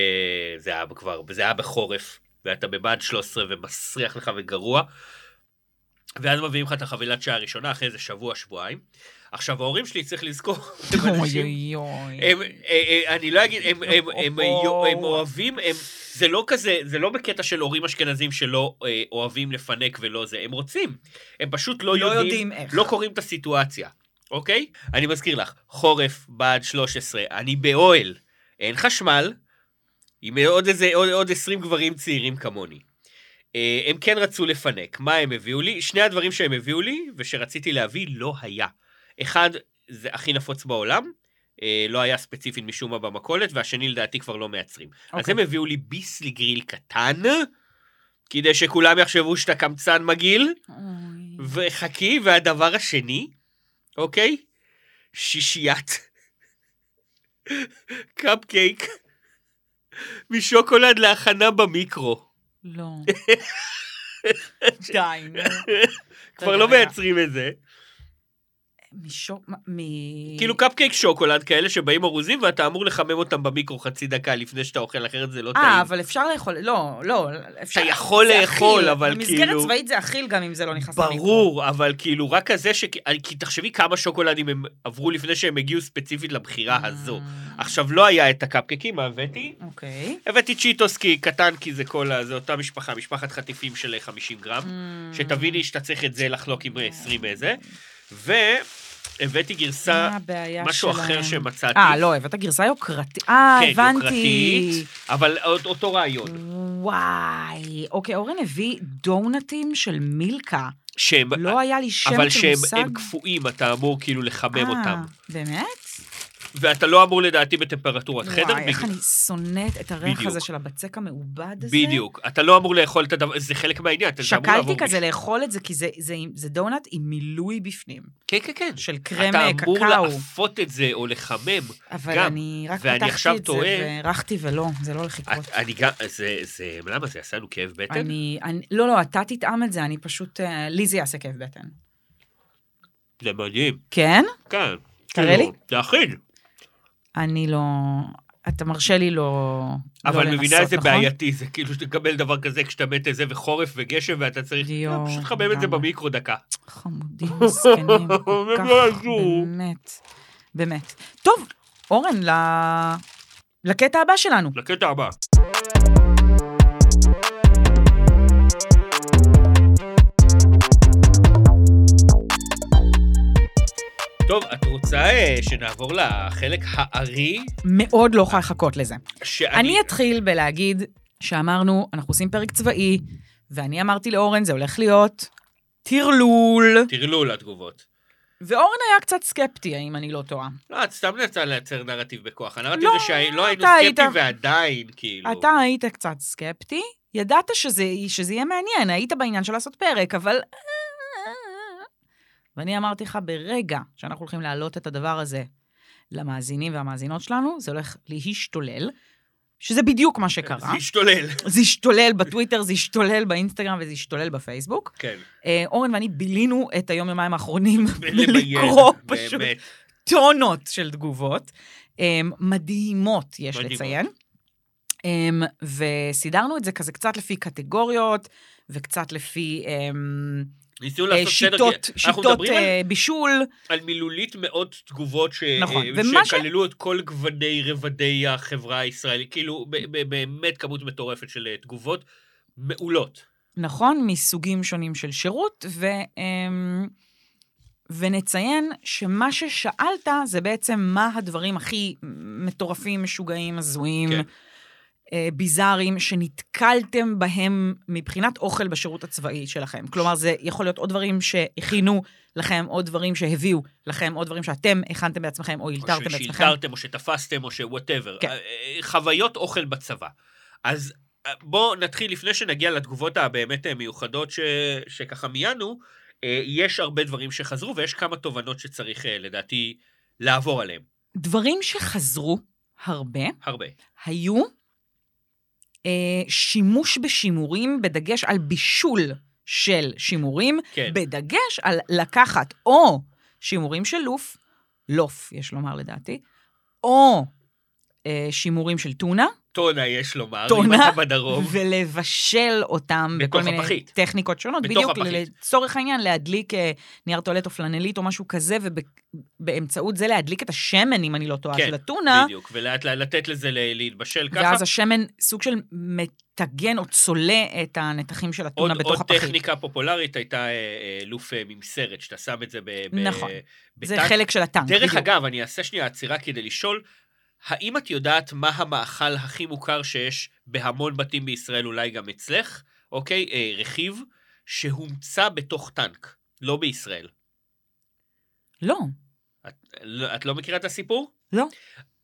[SPEAKER 2] זה היה כבר, זה היה בחורף, ואתה בבה"ד 13 ומסריח לך וגרוע, ואז מביאים לך את החבילת שעה הראשונה, אחרי איזה שבוע, שבועיים. עכשיו, ההורים שלי, צריך לזכור, הם
[SPEAKER 3] אוי
[SPEAKER 2] אנשים
[SPEAKER 3] אוי אוי.
[SPEAKER 2] הם, אה, אה, אני לא אגיד, הם, הם, הם,
[SPEAKER 3] או.
[SPEAKER 2] הם אוהבים, הם, זה לא כזה, זה לא בקטע של הורים אשכנזים שלא אה, אוהבים לפנק ולא זה, הם רוצים. הם פשוט לא,
[SPEAKER 3] לא
[SPEAKER 2] יודעים,
[SPEAKER 3] יודעים איך.
[SPEAKER 2] לא קוראים את הסיטואציה, אוקיי? אני מזכיר לך, חורף, בה"ד 13, אני באוהל, אין חשמל, עם עוד איזה, עוד, עוד 20 גברים צעירים כמוני. אה, הם כן רצו לפנק, מה הם הביאו לי? שני הדברים שהם הביאו לי ושרציתי להביא לא היה. אחד, זה הכי נפוץ בעולם, אה, לא היה ספציפית משום מה במכולת, והשני לדעתי כבר לא מייצרים. Okay. אז
[SPEAKER 3] אוקיי.
[SPEAKER 2] הם הביאו לי ביסלי גריל קטן, כדי שכולם יחשבו שאתה קמצן מגעיל,
[SPEAKER 3] אוי.
[SPEAKER 2] וחכי, והדבר השני, אוקיי? שישיית. קפקייק. משוקולד להכנה במיקרו.
[SPEAKER 3] לא. די, נו.
[SPEAKER 2] כבר
[SPEAKER 3] רגע,
[SPEAKER 2] לא
[SPEAKER 3] רגע.
[SPEAKER 2] מייצרים את זה.
[SPEAKER 3] משוק... מה, מ...
[SPEAKER 2] כאילו קפקייק שוקולד כאלה שבאים ארוזים ואתה אמור לחמם אותם במיקרו חצי דקה לפני שאתה אוכל, אחרת זה לא
[SPEAKER 3] אה,
[SPEAKER 2] טעים.
[SPEAKER 3] אבל אפשר לאכול, לא, לא, אפשר...
[SPEAKER 2] אתה יכול
[SPEAKER 3] זה
[SPEAKER 2] לאכול,
[SPEAKER 3] אכיל.
[SPEAKER 2] אבל
[SPEAKER 3] במסגרת
[SPEAKER 2] כאילו-
[SPEAKER 3] צבאית זה אכיל גם אם זה לא נכנס למיקרו.
[SPEAKER 2] ברור, אבל כאילו רק כזה ש... כי תחשבי כמה שוקולדים הם עברו לפני שהם הגיעו ספציפית לבחירה
[SPEAKER 3] אה.
[SPEAKER 2] הזו. עכשיו לא היה את הקפקקים, מה הבאתי?
[SPEAKER 3] אוקיי.
[SPEAKER 2] הבאתי צ'יטוס כי קטן, כי זה כל ה... זה אותה משפחה, משפחת חטיפים של 50 גרם.
[SPEAKER 3] Mm.
[SPEAKER 2] שתביני שאתה צריך את זה לחלוק עם 20 איזה. והבאתי
[SPEAKER 3] מה
[SPEAKER 2] גרסה,
[SPEAKER 3] הבעיה
[SPEAKER 2] משהו
[SPEAKER 3] שלהם?
[SPEAKER 2] אחר שמצאתי.
[SPEAKER 3] אה, לא, הבאת גרסה יוקרתית. אה,
[SPEAKER 2] כן,
[SPEAKER 3] הבנתי.
[SPEAKER 2] יוקרתית, אבל אות- אותו רעיון.
[SPEAKER 3] וואי. אוקיי, אורן הביא דונטים של מילקה.
[SPEAKER 2] שהם...
[SPEAKER 3] לא היה לי שם
[SPEAKER 2] אבל
[SPEAKER 3] של
[SPEAKER 2] שהם
[SPEAKER 3] מושג.
[SPEAKER 2] הם קפואים, אתה אמור כאילו לחמם
[SPEAKER 3] אה,
[SPEAKER 2] אותם.
[SPEAKER 3] באמת?
[SPEAKER 2] ואתה לא אמור לדעתי בטמפרטורת חדר.
[SPEAKER 3] וואי, איך
[SPEAKER 2] בגלל-
[SPEAKER 3] אני שונאת את הריח
[SPEAKER 2] בדיוק.
[SPEAKER 3] הזה של הבצק המעובד הזה.
[SPEAKER 2] בדיוק. אתה לא אמור לאכול את הדבר, זה לא חלק מהעניין. אתה אמור
[SPEAKER 3] שקלתי
[SPEAKER 2] לעבור
[SPEAKER 3] כזה
[SPEAKER 2] מישהו.
[SPEAKER 3] לאכול את זה, כי זה- זה עם- זה דונלד עם מילוי בפנים,
[SPEAKER 2] כן, כן, כן.
[SPEAKER 3] של קרם אה,
[SPEAKER 2] אתה אמור
[SPEAKER 3] קקאו.
[SPEAKER 2] לאפות את זה או לחמם.
[SPEAKER 3] אבל
[SPEAKER 2] גם,
[SPEAKER 3] אני רק
[SPEAKER 2] ואני עכשיו אה,
[SPEAKER 3] פתחתי את זה,
[SPEAKER 2] תוהה-
[SPEAKER 3] והרחתי ולא, זה לא הולך לקרות.
[SPEAKER 2] את- אני גם, זה, זה, למה זה עשה לנו כאב בטן?
[SPEAKER 3] אני, אני, לא, לא, אתה תטעם את זה, אני פשוט, אה, לי זה יעשה כאב בטן.
[SPEAKER 2] זה מדהים,
[SPEAKER 3] כן?
[SPEAKER 2] כן. כאילו,
[SPEAKER 3] תראה לי. לא
[SPEAKER 2] זה אכיל.
[SPEAKER 3] אני לא... אתה מרשה לי לא... לא
[SPEAKER 2] אבל מבינה
[SPEAKER 3] לנסות,
[SPEAKER 2] איזה
[SPEAKER 3] נכון?
[SPEAKER 2] בעייתי, זה כאילו שתקבל דבר כזה כשאתה מת איזה וחורף וגשם ואתה צריך,
[SPEAKER 3] יואו,
[SPEAKER 2] לא, פשוט חמם את זה
[SPEAKER 3] לגמרי.
[SPEAKER 2] במיקרו דקע.
[SPEAKER 3] חמודים, זקנים, כל
[SPEAKER 2] הם
[SPEAKER 3] כך,
[SPEAKER 2] לא יעזרו.
[SPEAKER 3] באמת, באמת. טוב, אורן, ל... לקטע הבא שלנו.
[SPEAKER 2] לקטע הבא. טוב, את רוצה אה, שנעבור לחלק הארי
[SPEAKER 3] מאוד לא יכולה לחכות לזה.
[SPEAKER 2] שאני...
[SPEAKER 3] אני אתחיל בלהגיד שאמרנו, אנחנו עושים פרק צבאי, ואני אמרתי לאורן, זה הולך להיות טרלול.
[SPEAKER 2] טרלול התגובות.
[SPEAKER 3] ואורן היה קצת סקפטי, האם אני לא טועה.
[SPEAKER 2] לא, את סתם נצא לייצר נרטיב בכוח. הנרטיב
[SPEAKER 3] לא,
[SPEAKER 2] זה שלא היינו
[SPEAKER 3] אתה
[SPEAKER 2] סקפטיים
[SPEAKER 3] היית-
[SPEAKER 2] ועדיין, כאילו.
[SPEAKER 3] אתה היית קצת סקפטי, ידעת שזה, שזה יהיה מעניין, היית בעניין של לעשות פרק, אבל... ואני אמרתי לך, ברגע שאנחנו הולכים להעלות את הדבר הזה למאזינים והמאזינות שלנו, זה הולך להשתולל, שזה בדיוק מה
[SPEAKER 2] זה
[SPEAKER 3] שקרה.
[SPEAKER 2] השתולל.
[SPEAKER 3] זה השתולל בטוויטר, זה השתולל באינסטגרם וזה השתולל בפייסבוק.
[SPEAKER 2] כן.
[SPEAKER 3] אה, אורן ואני בילינו את היום-יומיים האחרונים
[SPEAKER 2] למיין,
[SPEAKER 3] לקרוא פשוט
[SPEAKER 2] באמת.
[SPEAKER 3] טונות של תגובות. אה, מדהימות, יש
[SPEAKER 2] מדהימות.
[SPEAKER 3] לציין. אה, וסידרנו את זה כזה קצת לפי קטגוריות, וקצת לפי אה,
[SPEAKER 2] ניסו
[SPEAKER 3] אה,
[SPEAKER 2] לעשות סדר. כי
[SPEAKER 3] שיטות,
[SPEAKER 2] אנחנו
[SPEAKER 3] שיטות
[SPEAKER 2] מדברים על
[SPEAKER 3] אה, בישול.
[SPEAKER 2] על מילולית מאות תגובות ש...
[SPEAKER 3] נכון,
[SPEAKER 2] אה,
[SPEAKER 3] ומה ש-
[SPEAKER 2] שכללו את כל גווני רבדי החברה הישראלית, כאילו ב- ב- באמת כמות מטורפת של אה, תגובות מעולות.
[SPEAKER 3] נכון, מסוגים שונים של שירות, ו, אמ, ונציין שמה ששאלת זה בעצם מה הדברים הכי מטורפים, משוגעים, הזויים,
[SPEAKER 2] כן.
[SPEAKER 3] אה, ביזאריים, שנתקלתם בהם מבחינת אוכל בשירות הצבאי שלכם. כלומר, זה יכול להיות או דברים שהכינו לכם, או דברים שהביאו לכם, או דברים שאתם הכנתם בעצמכם, או
[SPEAKER 2] או
[SPEAKER 3] הילתרתם בעצמכם.
[SPEAKER 2] ששילטרתם או שתפסתם או שוואטאבר.
[SPEAKER 3] כן.
[SPEAKER 2] חוויות אוכל בצבא. אז אה, בואו נתחיל, לפני שנגיע לתגובות הבאמת אה, מיוחדות ש... שככה מיינו, אה, יש הרבה דברים שחזרו ויש כמה תובנות שצריך אה, לדעתי לעבור עליהן.
[SPEAKER 3] דברים שחזרו הרבה,
[SPEAKER 2] הרבה.
[SPEAKER 3] היו אה, שימוש בשימורים, בדגש על בישול של שימורים,
[SPEAKER 2] כן.
[SPEAKER 3] בדגש על לקחת או שימורים של לוף, לוף, יש לומר לדעתי, או אה, שימורים של טונה,
[SPEAKER 2] טונה יש לומר, אם
[SPEAKER 3] טונה,
[SPEAKER 2] אתה בדרום.
[SPEAKER 3] ולבשל אותם
[SPEAKER 2] בתוך
[SPEAKER 3] בכל מיני
[SPEAKER 2] הפחית.
[SPEAKER 3] טכניקות שונות.
[SPEAKER 2] בתוך
[SPEAKER 3] בדיוק,
[SPEAKER 2] הפחית.
[SPEAKER 3] לצורך העניין, להדליק אה, נייר טואלט או פלנלית או משהו כזה, ובאמצעות זה להדליק את השמן, אם אני לא טועה,
[SPEAKER 2] כן,
[SPEAKER 3] של הטונה.
[SPEAKER 2] בדיוק, ולאט לאט לתת לזה ל- להתבשל ככה.
[SPEAKER 3] ואז השמן סוג של מטגן או צולה את הנתחים של
[SPEAKER 2] עוד,
[SPEAKER 3] אתונה בתוך
[SPEAKER 2] עוד
[SPEAKER 3] הפחית.
[SPEAKER 2] טכניקה פופולרית הייתה אה, אה, לוף אה, ממסרת, שאתה שם את זה ב... ב
[SPEAKER 3] נכון. זה
[SPEAKER 2] בטנק.
[SPEAKER 3] חלק של הטנק,
[SPEAKER 2] דרך
[SPEAKER 3] בדיוק.
[SPEAKER 2] אגב, אני אעשה שנייה עצירה כדי לשאול, האם את יודעת מה המאכל הכי מוכר שיש בהמון בתים בישראל, אולי גם אצלך, אוקיי? אה, רכיב שהומצא בתוך טנק, לא בישראל.
[SPEAKER 3] לא,
[SPEAKER 2] לא- את לא מכירה את הסיפור?
[SPEAKER 3] לא.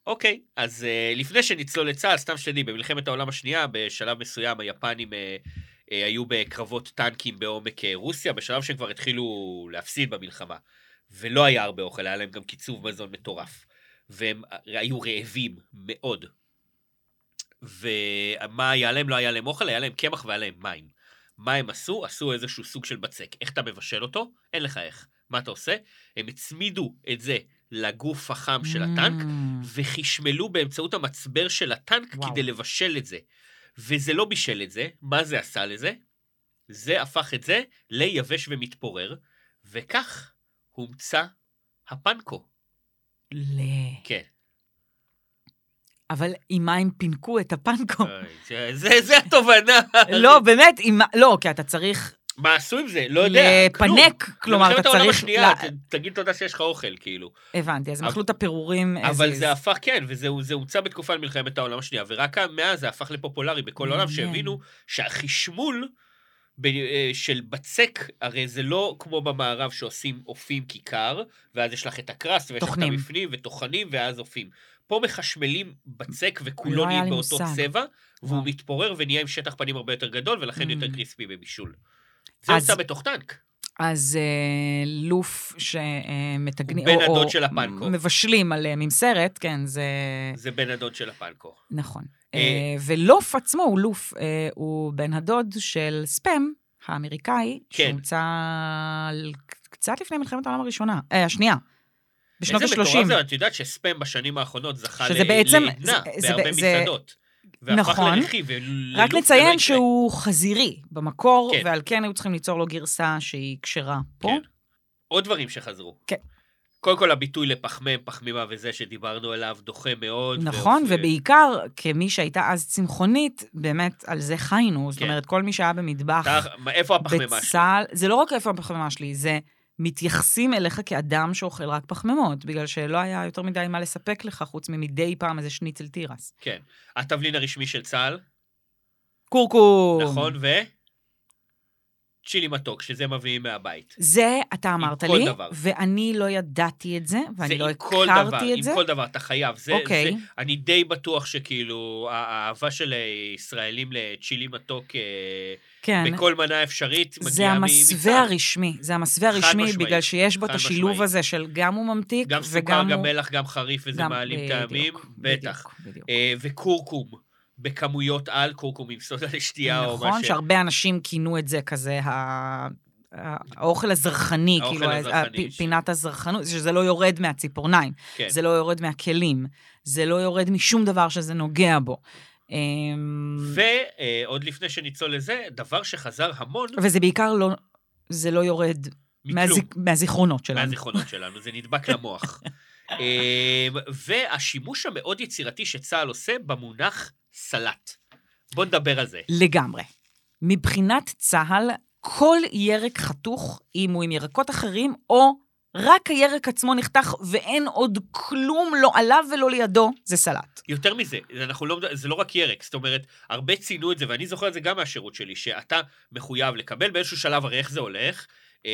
[SPEAKER 2] אוקיי, אז uh, לפני שנצלול לצה"ל, סתם שתדעי, במלחמת העולם השנייה, בשלב מסוים היפנים uh, uh, היו בקרבות טנקים בעומק uh, רוסיה, בשלב שהם כבר התחילו להפסיד במלחמה. ולא היה הרבה אוכל, היה להם גם קיצוב מזון מטורף. והם אה, היו רעבים מאוד. ומה היה להם? לא היה להם אוכל, היה להם קמח והיה להם מים. מה הם עשו? עשו איזשהו סוג של בצק. איך אתה מבשל אותו? אין לך איך. מה אתה עושה? הם הצמידו את זה לגוף החם של הטנק,
[SPEAKER 3] Mm.
[SPEAKER 2] וחשמלו באמצעות המצבר של הטנק וואו.
[SPEAKER 3] וואו.
[SPEAKER 2] כדי לבשל את זה. וזה לא בישל את זה, מה זה עשה לזה? זה הפך את זה ליבש ומתפורר, וכך הומצא הפנקו.
[SPEAKER 3] ל...
[SPEAKER 2] כן.
[SPEAKER 3] אבל עם מה הם פינקו את הפנקו?
[SPEAKER 2] אוי, זה- זה, זה התובנה.
[SPEAKER 3] לא, באמת, עם מה... לא, כי אתה צריך
[SPEAKER 2] מה עשו עם זה? אה, לא יודע. כלום.
[SPEAKER 3] לפנק, כלומר, אתה
[SPEAKER 2] במלחמת העולם
[SPEAKER 3] צריך...
[SPEAKER 2] השנייה,
[SPEAKER 3] לה-
[SPEAKER 2] ת- תגיד תודה שיש לך אוכל, כאילו.
[SPEAKER 3] הבנתי, אז הם
[SPEAKER 2] כן. אבל-
[SPEAKER 3] אכלו את הפירורים. as
[SPEAKER 2] אבל
[SPEAKER 3] is.
[SPEAKER 2] זה הפך, כן, וזה זה הומצא בתקופה על מלחמת העולם השנייה, ורק מאז זה הפך לפופולרי בכל העולם,
[SPEAKER 3] מעניין.
[SPEAKER 2] שהבינו שהחשמול ב, אה, של בצק, הרי זה לא כמו במערב שעושים אופים כיכר, ואז יש לך את הקרסט, ויש לך את
[SPEAKER 3] טוחנים.
[SPEAKER 2] המפנים, וטוחנים, ואז אופים. פה מחשמלים בצק וכולו
[SPEAKER 3] לא היה
[SPEAKER 2] נהיה
[SPEAKER 3] לי
[SPEAKER 2] באותו
[SPEAKER 3] מושג.
[SPEAKER 2] צבע, והוא
[SPEAKER 3] וואו.
[SPEAKER 2] מתפורר ונהיה עם שטח פנים הרבה יותר גדול, ולכן יותר
[SPEAKER 3] Mm.
[SPEAKER 2] קריספי בבישול. זה
[SPEAKER 3] אז-
[SPEAKER 2] הומצא בתוך טנק.
[SPEAKER 3] אז אה, לוף שמתגנים...
[SPEAKER 2] הוא בן הדוד של הפנקו.
[SPEAKER 3] מבשלים על אה, ממסרת, כן, זה...
[SPEAKER 2] זה בן הדוד של הפלקו.
[SPEAKER 3] נכון.
[SPEAKER 2] אה,
[SPEAKER 3] אה, ולוף עצמו הוא לוף, אה, הוא בן הדוד של ספאם האמריקאי,
[SPEAKER 2] כן.
[SPEAKER 3] שהומצא ל- קצת לפני מלחמת העולם הראשונה, אה, השנייה, בשנות
[SPEAKER 2] איזה מטורף זה,
[SPEAKER 3] ה-30.
[SPEAKER 2] את יודעת שספאם בשנים האחרונות זכה
[SPEAKER 3] שזה
[SPEAKER 2] ל-
[SPEAKER 3] בעצם-
[SPEAKER 2] לעדנה
[SPEAKER 3] זה- זה-
[SPEAKER 2] בהרבה
[SPEAKER 3] זה-
[SPEAKER 2] מסעדות. והפך
[SPEAKER 3] נכון.
[SPEAKER 2] לרכיב, ול-
[SPEAKER 3] רק
[SPEAKER 2] ללוף זה לא
[SPEAKER 3] נציין
[SPEAKER 2] יקרה.
[SPEAKER 3] שהוא חזירי במקור,
[SPEAKER 2] כן.
[SPEAKER 3] ועל כן היו צריכים ליצור לו גרסה שהיא כשרה פה.
[SPEAKER 2] כן. עוד דברים שחזרו.
[SPEAKER 3] כן.
[SPEAKER 2] קודם כל הביטוי לפחמם, פחמימה וזה שדיברנו עליו, דוחה מאוד.
[SPEAKER 3] נכון,
[SPEAKER 2] ואופ-
[SPEAKER 3] ובעיקר, כמי שהייתה אז צמחונית, באמת, על זה חיינו. זאת
[SPEAKER 2] כן.
[SPEAKER 3] אומרת, כל מי שהיה במטבח...
[SPEAKER 2] אתה- מה- איפה הפחמימה שלך?
[SPEAKER 3] בצה"ל, זה לא רק איפה הפחמימה שלי, זה מתייחסים אליך כאדם שאוכל רק פחמימות, בגלל שלא היה יותר מדי מה לספק לך, חוץ ממדי פעם איזה שניצל תירס.
[SPEAKER 2] כן. התבלין הרשמי של צה"ל,
[SPEAKER 3] קורקום.
[SPEAKER 2] נכון, ו... צ'ילי מתוק, שזה מביאים מהבית.
[SPEAKER 3] זה אתה אמרת
[SPEAKER 2] כל
[SPEAKER 3] לי,
[SPEAKER 2] דבר.
[SPEAKER 3] ואני לא ידעתי את זה,
[SPEAKER 2] זה
[SPEAKER 3] ואני לא
[SPEAKER 2] עם כל דבר,
[SPEAKER 3] הכרתי את זה.
[SPEAKER 2] עם כל דבר, אתה חייב. זה,
[SPEAKER 3] אוקיי.
[SPEAKER 2] זה, אני די בטוח שכאילו, הא- האהבה של ישראלים לצ'ילי מתוק אה,
[SPEAKER 3] כן.
[SPEAKER 2] בכל מנה אפשרית
[SPEAKER 3] זה
[SPEAKER 2] מגיעה מ-
[SPEAKER 3] המסווה
[SPEAKER 2] מצה"ל.
[SPEAKER 3] הרשמי, זה המסווה
[SPEAKER 2] חד
[SPEAKER 3] הרשמי,
[SPEAKER 2] משמעית,
[SPEAKER 3] בגלל שיש בו את
[SPEAKER 2] חד
[SPEAKER 3] השילוב
[SPEAKER 2] משמעית.
[SPEAKER 3] הזה של גם הוא ממתיק,
[SPEAKER 2] גם סוכר,
[SPEAKER 3] וגם הוא...
[SPEAKER 2] גם מלח, גם חריף, וזה
[SPEAKER 3] גם- אה,
[SPEAKER 2] מעלים טעמים,
[SPEAKER 3] בדיוק,
[SPEAKER 2] בטח.
[SPEAKER 3] בדיוק, בדיוק.
[SPEAKER 2] אה, וכורכום, בכמויות על, כורכום עם סודה לשתייה או
[SPEAKER 3] נכון,
[SPEAKER 2] משהו.
[SPEAKER 3] שהרבה אנשים כינו את זה כזה, ה- ה- האוכל הזרחני,
[SPEAKER 2] האוכל
[SPEAKER 3] כאילו,
[SPEAKER 2] הזרחני,
[SPEAKER 3] הפ-
[SPEAKER 2] ש-
[SPEAKER 3] פינת הזרחנות, שזה לא יורד מהציפורניים,
[SPEAKER 2] כן.
[SPEAKER 3] זה לא יורד מהכלים, זה לא יורד משום דבר שזה נוגע בו. אמ,
[SPEAKER 2] ועוד אה, לפני שנצלול לזה, דבר שחזר המון
[SPEAKER 3] וזה בעיקר לא, זה לא יורד
[SPEAKER 2] מכלום,
[SPEAKER 3] מהזיק- מהזיכרונות שלנו.
[SPEAKER 2] מהזיכרונות שלנו, זה נדבק למוח. אה, והשימוש המאוד יצירתי שצה"ל עושה במונח סלט. בוא נדבר על זה.
[SPEAKER 3] לגמרי. מבחינת צה"ל, כל ירק חתוך, אם הוא עם ירקות אחרים, או רק הירק עצמו נחתך ואין עוד כלום, לא עליו ולא לידו, זה סלט.
[SPEAKER 2] יותר מזה, אנחנו לא, זה לא רק ירק, זאת אומרת, הרבה ציינו את זה, ואני זוכר את זה גם מהשירות שלי, שאתה מחויב לקבל באיזשהו שלב, הרי איך זה הולך, אה,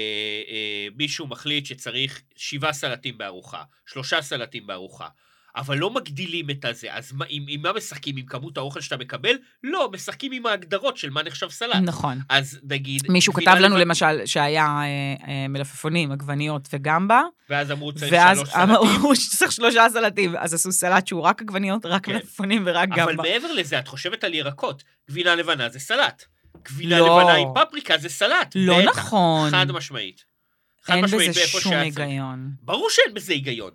[SPEAKER 2] אה, מישהו מחליט שצריך שבעה סלטים בארוחה, שלושה סלטים בארוחה. אבל לא מגדילים את הזה, אז מה, עם, עם מה משחקים? עם כמות האוכל שאתה מקבל? לא, משחקים עם ההגדרות של מה נחשב סלט.
[SPEAKER 3] נכון.
[SPEAKER 2] אז נגיד...
[SPEAKER 3] מישהו
[SPEAKER 2] גבינה
[SPEAKER 3] כתב לנו
[SPEAKER 2] לבן-
[SPEAKER 3] למשל שהיה אה, אה, מלפפונים, עגבניות וגמבה,
[SPEAKER 2] ואז אמרו צריך
[SPEAKER 3] ואז
[SPEAKER 2] אוקיי, שלוש סלטים.
[SPEAKER 3] אמרו שצריך שלושה סלטים, אז עשו סלט שהוא רק עגבניות, רק
[SPEAKER 2] כן.
[SPEAKER 3] מלפפונים ורק
[SPEAKER 2] אבל
[SPEAKER 3] גמבה.
[SPEAKER 2] מעבר לזה, את חושבת על ירקות. גבינה לבנה זה סלט. גבינה
[SPEAKER 3] לא.
[SPEAKER 2] לבנה עם פפריקה זה סלט.
[SPEAKER 3] לא
[SPEAKER 2] בטח.
[SPEAKER 3] נכון.
[SPEAKER 2] חד משמעית. חד
[SPEAKER 3] אין
[SPEAKER 2] משמעית,
[SPEAKER 3] בזה
[SPEAKER 2] באיפה
[SPEAKER 3] שום
[SPEAKER 2] שהיה צריך.
[SPEAKER 3] היגיון.
[SPEAKER 2] ברור שאין בזה היגיון.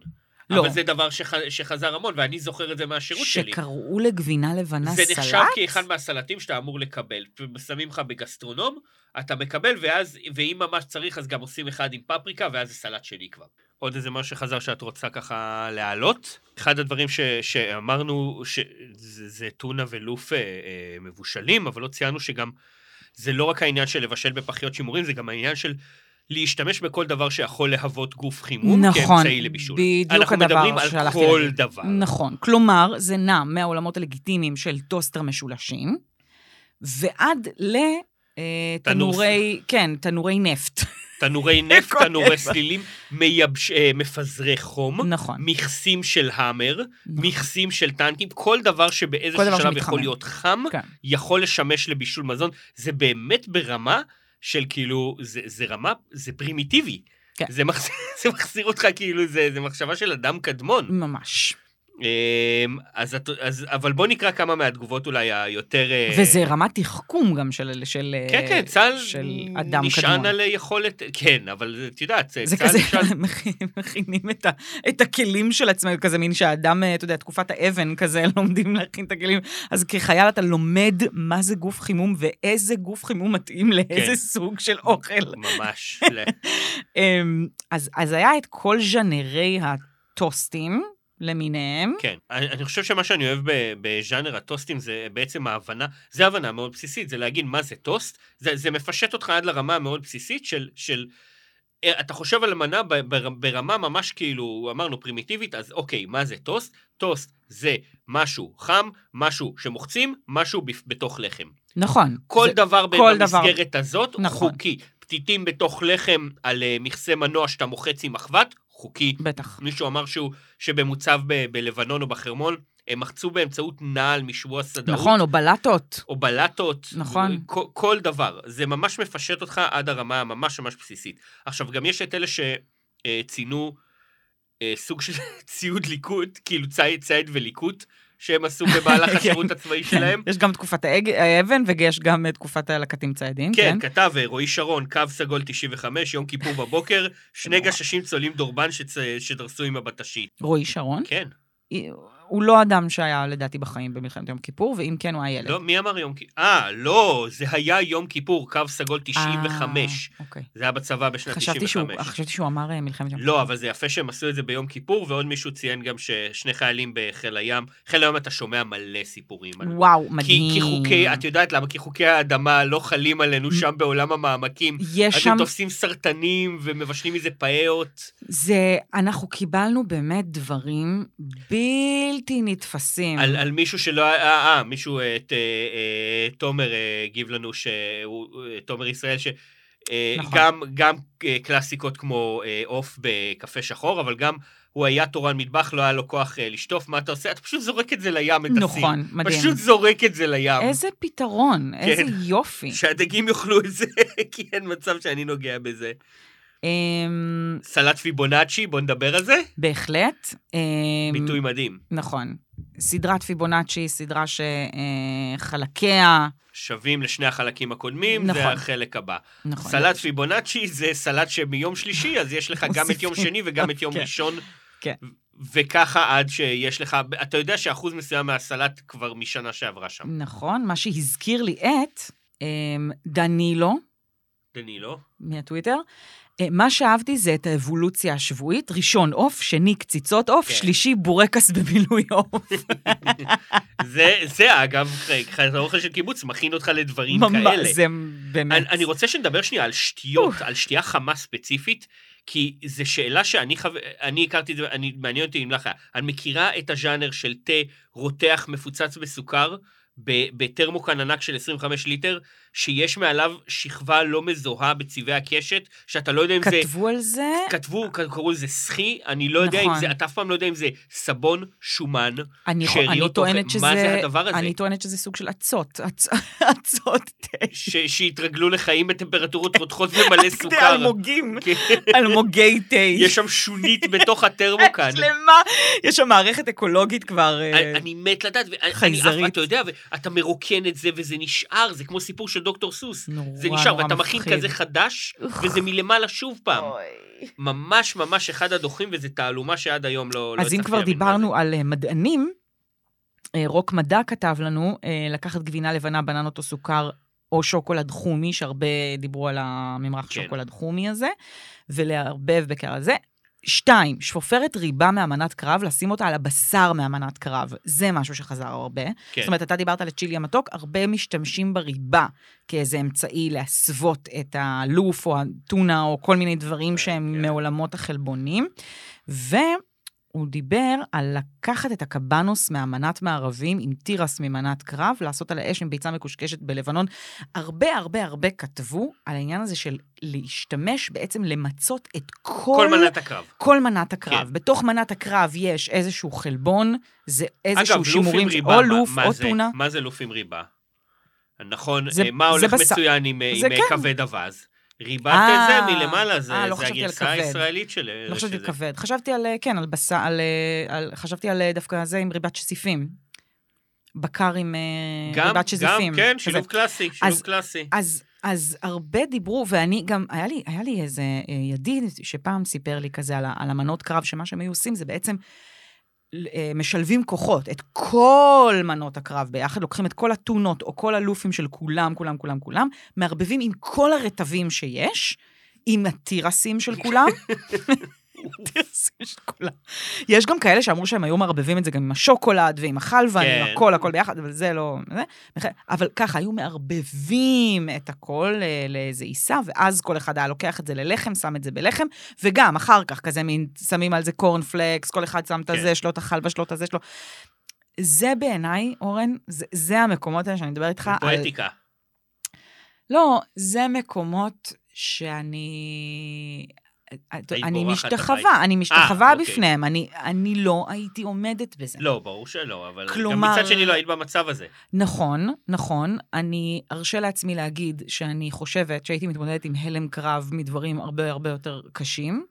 [SPEAKER 3] לא.
[SPEAKER 2] אבל זה דבר שח... שחזר המון, ואני זוכר את זה מהשירות שלי.
[SPEAKER 3] שקראו לגבינה לבנה
[SPEAKER 2] זה
[SPEAKER 3] סלט?
[SPEAKER 2] נחשב כאחד מהסלטים שאתה אמור לקבל. שמים לך בגסטרונום, אתה מקבל, ואז, ואם ממש צריך, אז גם עושים אחד עם פפריקה, ואז זה סלט שלי כבר. עוד איזה משהו שחזר שאת רוצה ככה להעלות? אחד הדברים ש, שאמרנו, ש, זה, זה טונה ולוף אה, אה, מבושלים, אבל לא ציינו שגם זה לא רק העניין של לבשל בפחיות שימורים, זה גם העניין של להשתמש בכל דבר שיכול להוות גוף חימום
[SPEAKER 3] נכון,
[SPEAKER 2] כאמצעי לבישול.
[SPEAKER 3] בדיוק הדבר
[SPEAKER 2] אנחנו מדברים על
[SPEAKER 3] שהלכתי
[SPEAKER 2] כל
[SPEAKER 3] להגיד.
[SPEAKER 2] דבר.
[SPEAKER 3] נכון. כלומר, זה נע מהעולמות הלגיטימיים של טוסטר משולשים, ועד ל... אה,
[SPEAKER 2] תנור
[SPEAKER 3] תנורי, כן, תנורי נפט.
[SPEAKER 2] תנורי נפט,
[SPEAKER 3] הכל
[SPEAKER 2] תנורי
[SPEAKER 3] יצא.
[SPEAKER 2] סלילים, מייבש- אה, מפזרי חום,
[SPEAKER 3] נכון.
[SPEAKER 2] מכסים של האמר,
[SPEAKER 3] נכון.
[SPEAKER 2] מכסים של טנקים, כל דבר שבאיזשהו
[SPEAKER 3] כל דבר
[SPEAKER 2] שלב
[SPEAKER 3] שמתחמם.
[SPEAKER 2] יכול להיות חם,
[SPEAKER 3] כן.
[SPEAKER 2] יכול לשמש לבישול מזון. זה באמת ברמה של כאילו, זה, זה רמה, זה פרימיטיבי.
[SPEAKER 3] כן.
[SPEAKER 2] זה, מחזיר, זה מחזיר אותך כאילו, זה, זה מחשבה של אדם קדמון.
[SPEAKER 3] ממש.
[SPEAKER 2] אמ, אז, את- אז, אבל בוא נקרא כמה מהתגובות אולי היותר... אה,
[SPEAKER 3] וזה רמת תחכום גם של... של אה,
[SPEAKER 2] כן, כן, צה"ל
[SPEAKER 3] של אדם
[SPEAKER 2] נשען
[SPEAKER 3] קדמון.
[SPEAKER 2] על יכולת, כן, אבל את יודעת,
[SPEAKER 3] זה
[SPEAKER 2] צה"ל
[SPEAKER 3] כזה,
[SPEAKER 2] נשען
[SPEAKER 3] מכין- מכינים את, ה, את הכלים של עצמם, כזה מין שהאדם, אה, אתה יודע, תקופת האבן כזה, לומדים להכין את הכלים. אז כחייל אתה לומד מה זה גוף חימום ואיזה גוף חימום מתאים לאיזה
[SPEAKER 2] כן.
[SPEAKER 3] סוג של אוכל.
[SPEAKER 2] ממש. ל-
[SPEAKER 3] אמ, אז, אז היה את כל ז'נרי הטוסטים למיניהם.
[SPEAKER 2] כן. אני אני חושב שמה שאני אוהב ב- בז'אנר הטוסטים זה בעצם ההבנה, זה הבנה מאוד בסיסית, זה להגיד מה זה טוסט, זה, זה מפשט אותך עד לרמה המאוד בסיסית של... של אה, אתה חושב על מנה ב- בר- ברמה ממש כאילו, אמרנו פרימיטיבית, אז אוקיי, מה זה טוסט? טוסט זה משהו חם, משהו שמוחצים, משהו בפ- בתוך לחם.
[SPEAKER 3] נכון.
[SPEAKER 2] כל
[SPEAKER 3] זה-
[SPEAKER 2] דבר
[SPEAKER 3] כל
[SPEAKER 2] במסגרת הזאת
[SPEAKER 3] נכון.
[SPEAKER 2] חוקי. פתיתים בתוך לחם על אה, מכסה מנוע שאתה מוחץ עם מחבת, חוקי.
[SPEAKER 3] בטח.
[SPEAKER 2] מישהו אמר שהוא, שבמוצב ב- בלבנון או בחרמון, הם מחצו באמצעות נעל משבוע סדאות.
[SPEAKER 3] נכון, או בלטות.
[SPEAKER 2] או בלטות.
[SPEAKER 3] נכון.
[SPEAKER 2] כל, כל דבר. זה ממש מפשט אותך עד הרמה הממש ממש בסיסית. עכשיו, גם יש את אלה שציינו אה, סוג של ציוד ליקוט, כאילו ציד, ציד וליקוט, שהם עשו במהלך
[SPEAKER 3] כן.
[SPEAKER 2] השירות הצבאי
[SPEAKER 3] כן.
[SPEAKER 2] שלהם.
[SPEAKER 3] יש גם תקופת האג- האבן ויש גם אה, תקופת הלקטים ציידים.
[SPEAKER 2] כן, כתב אה, רועי שרון, קו סגול 95, יום כיפור בבוקר, שני
[SPEAKER 3] נורא.
[SPEAKER 2] גששים צולעים דורבן שצ... שדרסו עם הבטשית.
[SPEAKER 3] רועי שרון.
[SPEAKER 2] כן.
[SPEAKER 3] הוא לא אדם שהיה לדעתי בחיים במלחמת יום כיפור, ואם כן הוא היה ילד.
[SPEAKER 2] לא, מי אמר יום כיפור? אה, לא, זה היה יום כיפור, קו סגול 95.
[SPEAKER 3] אה, אוקיי.
[SPEAKER 2] זה היה בצבא בשנת
[SPEAKER 3] אה. חשבתי שהוא,
[SPEAKER 2] 95.
[SPEAKER 3] חשבתי שהוא אמר אה, מלחמת יום
[SPEAKER 2] לא, אבל זה יפה שהם עשו את זה ביום כיפור, ועוד מישהו ציין גם ששני חיילים בחיל הים, חיל הים אתה שומע מלא סיפורים. על-
[SPEAKER 3] כיפור. וואו,
[SPEAKER 2] כי,
[SPEAKER 3] מדהים.
[SPEAKER 2] כי חוקי, את יודעת למה? כי חוקי האדמה לא חלים עלינו שם בעולם המעמקים.
[SPEAKER 3] יש
[SPEAKER 2] אתם
[SPEAKER 3] שם,
[SPEAKER 2] תופסים סרטנים ומבשלים מזה פאיות.
[SPEAKER 3] זה, אנחנו קיבלנו באמת דברים בלתי נתפסים.
[SPEAKER 2] על, על מישהו שלא היה, אה, אה, מישהו, אה, ת, אה, אה, תומר אה, הגיב לנו, שהוא, אה, תומר ישראל, ש... אה,
[SPEAKER 3] נכון.
[SPEAKER 2] גם, גם אה, קלאסיקות כמו אה, עוף בקפה שחור, אבל גם הוא היה תורן מטבח, לא היה לו כוח אה, לשטוף, מה אתה עושה? אתה פשוט זורק את זה לים, את הסיר.
[SPEAKER 3] נכון, מדהים.
[SPEAKER 2] פשוט זורק את זה כן. לים.
[SPEAKER 3] איזה פתרון, איזה יופי.
[SPEAKER 2] שהדגים יאכלו את זה, כי אין מצב שאני נוגע בזה.
[SPEAKER 3] אמ,
[SPEAKER 2] סלט פיבונאצ'י, בוא נדבר על זה.
[SPEAKER 3] בהחלט. אמ,
[SPEAKER 2] ביטוי מדהים.
[SPEAKER 3] נכון. סדרת פיבונאצ'י, סדרה שחלקיה...
[SPEAKER 2] שווים לשני החלקים הקודמים,
[SPEAKER 3] נכון.
[SPEAKER 2] זה החלק הבא.
[SPEAKER 3] נכון.
[SPEAKER 2] סלט פיבונאצ'י זה סלט שמיום שלישי, אז יש לך גם את יום
[SPEAKER 3] מוסיפים.
[SPEAKER 2] שני וגם את יום
[SPEAKER 3] כן.
[SPEAKER 2] ראשון.
[SPEAKER 3] כן.
[SPEAKER 2] ו- וככה עד שיש לך, אתה יודע שאחוז מסוים מהסלט כבר משנה שעברה שם.
[SPEAKER 3] נכון, מה שהזכיר לי את אמ, דנילו,
[SPEAKER 2] דנילו.
[SPEAKER 3] מהטוויטר. אה, מה שאהבתי זה את האבולוציה השבועית, ראשון עוף, שני קציצות עוף,
[SPEAKER 2] כן.
[SPEAKER 3] שלישי בורקס במילוי עוף.
[SPEAKER 2] זה, זה אגב, האוכל של קיבוץ מכין אותך לדברים
[SPEAKER 3] ממש,
[SPEAKER 2] כאלה.
[SPEAKER 3] זה באמת.
[SPEAKER 2] אני, אני רוצה שנדבר שנייה על שטויות, על שתייה חמה ספציפית, כי זו שאלה שאני חו... אני הכרתי את זה, אני, מעניין אותי אם לך, היה. אני מכירה את הז'אנר של תה רותח מפוצץ בסוכר, ב- בטרמוקן ענק של 25 ליטר, שיש מעליו שכבה לא מזוהה בצבעי הקשת, שאתה לא יודע אם זה...
[SPEAKER 3] כתבו על זה,
[SPEAKER 2] כתבו, כ- קראו לזה סחי, אני לא יודע אם
[SPEAKER 3] נכון.
[SPEAKER 2] זה, אתה אף פעם לא יודע אם זה סבון, שומן,
[SPEAKER 3] אני,
[SPEAKER 2] שאריות
[SPEAKER 3] אני
[SPEAKER 2] אוכל.
[SPEAKER 3] טוענת
[SPEAKER 2] מה
[SPEAKER 3] שזה...
[SPEAKER 2] זה הדבר הזה?
[SPEAKER 3] אני טוענת שזה סוג של עצות, עצ- עצות תה.
[SPEAKER 2] ש- שהתרגלו לחיים בטמפרטורות רותחות ומלא
[SPEAKER 3] תה
[SPEAKER 2] סוכר.
[SPEAKER 3] אלמוגים,
[SPEAKER 2] כן.
[SPEAKER 3] אלמוגי תה.
[SPEAKER 2] יש שם שונית בתוך הטרמוקן.
[SPEAKER 3] שלמה, יש שם מערכת אקולוגית כבר... אה,
[SPEAKER 2] אני אני מת לדעת, ואני אף
[SPEAKER 3] חייזרית.
[SPEAKER 2] אתה יודע, ואתה מרוקן את זה וזה נשאר, זה כמו סיפור של דוקטור סוס.
[SPEAKER 3] נורא
[SPEAKER 2] זה נשאר,
[SPEAKER 3] נורא
[SPEAKER 2] ואתה מכין
[SPEAKER 3] מפחיד.
[SPEAKER 2] כזה חדש,
[SPEAKER 3] אוח.
[SPEAKER 2] וזה מלמעלה שוב פעם.
[SPEAKER 3] אוי.
[SPEAKER 2] ממש ממש אחד הדוחים, וזו תעלומה שעד היום לא... לא
[SPEAKER 3] אז אם
[SPEAKER 2] הצלחתי
[SPEAKER 3] כבר
[SPEAKER 2] להבין מה זה.
[SPEAKER 3] דיברנו על אה, מדענים, אה, רוק מדע כתב לנו, אה, לקחת גבינה לבנה, בננות או סוכר או שוקולד חומי, שהרבה דיברו על הממרח
[SPEAKER 2] כן.
[SPEAKER 3] שוקולד חומי הזה, ולערבב בקר הזה. שתיים, שפופרת ריבה מאמנת קרב, לשים אותה על הבשר מאמנת קרב. זה משהו שחזר הרבה.
[SPEAKER 2] כן.
[SPEAKER 3] זאת אומרת, אתה דיברת על הצ'ילי המתוק, הרבה משתמשים בריבה כאיזה אמצעי להסוות את הלוף או הטונה או כל מיני דברים שהם
[SPEAKER 2] כן.
[SPEAKER 3] מעולמות החלבונים. והוא דיבר על לקחת את הקבנוס מאמנת מערבים עם תירס ממנת קרב, לעשות על האש עם ביצה מקושקשת בלבנון. הרבה הרבה הרבה כתבו על העניין הזה של להשתמש, בעצם למצות את
[SPEAKER 2] כל
[SPEAKER 3] כל...
[SPEAKER 2] מנת הקרב.
[SPEAKER 3] כל מנת הקרב.
[SPEAKER 2] כן.
[SPEAKER 3] כן. בתוך מנת הקרב יש איזשהו חלבון, זה
[SPEAKER 2] אגב,
[SPEAKER 3] איזשהו
[SPEAKER 2] לוף עם
[SPEAKER 3] שימורים,
[SPEAKER 2] ריבה,
[SPEAKER 3] או
[SPEAKER 2] מה-
[SPEAKER 3] לוף
[SPEAKER 2] מה
[SPEAKER 3] או
[SPEAKER 2] זה?
[SPEAKER 3] טונה.
[SPEAKER 2] מה זה לוף עם ריבה? נכון,
[SPEAKER 3] זה-
[SPEAKER 2] אה, מה
[SPEAKER 3] זה
[SPEAKER 2] הולך
[SPEAKER 3] בשר.
[SPEAKER 2] מצוין עם אה,
[SPEAKER 3] זה
[SPEAKER 2] עם, אה,
[SPEAKER 3] כן.
[SPEAKER 2] כבד אווז? ריבת
[SPEAKER 3] אה,
[SPEAKER 2] זה מלמעלה, זה
[SPEAKER 3] אה, לא
[SPEAKER 2] זה
[SPEAKER 3] חשבתי על
[SPEAKER 2] הגרסה
[SPEAKER 3] כבד.
[SPEAKER 2] הישראלית של... אה,
[SPEAKER 3] לא חשבתי על
[SPEAKER 2] שזה.
[SPEAKER 3] כבד, חשבתי על, אה, כן, על בשר, על, אה, על, חשבתי על אה, דווקא זה עם ריבת שסיפים. בקר עם אה,
[SPEAKER 2] גם,
[SPEAKER 3] ריבת שזיפים.
[SPEAKER 2] גם, כן,
[SPEAKER 3] כזה.
[SPEAKER 2] שילוב קלאסי, שילוב
[SPEAKER 3] אז-
[SPEAKER 2] קלאסי.
[SPEAKER 3] אז, אז הרבה דיברו, ואני גם, היה לי, היה לי איזה אה, ידיד שפעם סיפר לי כזה על, ה- על אמנות קרב, שמה שהם היו עושים זה בעצם אה, משלבים כוחות, את כל מנות הקרב ביחד, לוקחים את כל הטונות או כל הלופים של כולם, כולם, כולם, כולם, מערבבים עם כל הרטבים שיש, עם התירסים של כולם. התירסים של כולם. יש גם כאלה שאמרו שהם היו מערבבים את זה גם עם השוקולד ועם החלבה,
[SPEAKER 2] כן.
[SPEAKER 3] עם הכל, הכל ביחד, אבל זה לא... זה. וכן- אבל ככה, היו מערבבים את הכל אה, לאיזה עיסה, ואז כל אחד היה לוקח את זה ללחם, שם את זה בלחם, וגם אחר כך כזה מין, שמים על זה קורנפלקס, כל אחד שם את
[SPEAKER 2] כן.
[SPEAKER 3] הזה שלו, את החלבה שלו, את הזה שלו. זה בעיניי, אורן, זה, זה המקומות האלה שאני מדברת איתך על...
[SPEAKER 2] פואטיקה.
[SPEAKER 3] לא, זה מקומות שאני... אני
[SPEAKER 2] בורחת הביתה.
[SPEAKER 3] משתחווה, אני משתחווה
[SPEAKER 2] אוקיי.
[SPEAKER 3] בפניהם, אני, אני לא הייתי עומדת בזה.
[SPEAKER 2] לא, ברור שלא, אבל גם
[SPEAKER 3] כלומר-
[SPEAKER 2] מצד שני לא היית במצב הזה.
[SPEAKER 3] נכון, נכון. אני ארשה לעצמי להגיד שאני חושבת שהייתי מתמודדת עם הלם קרב מדברים הרבה הרבה יותר קשים,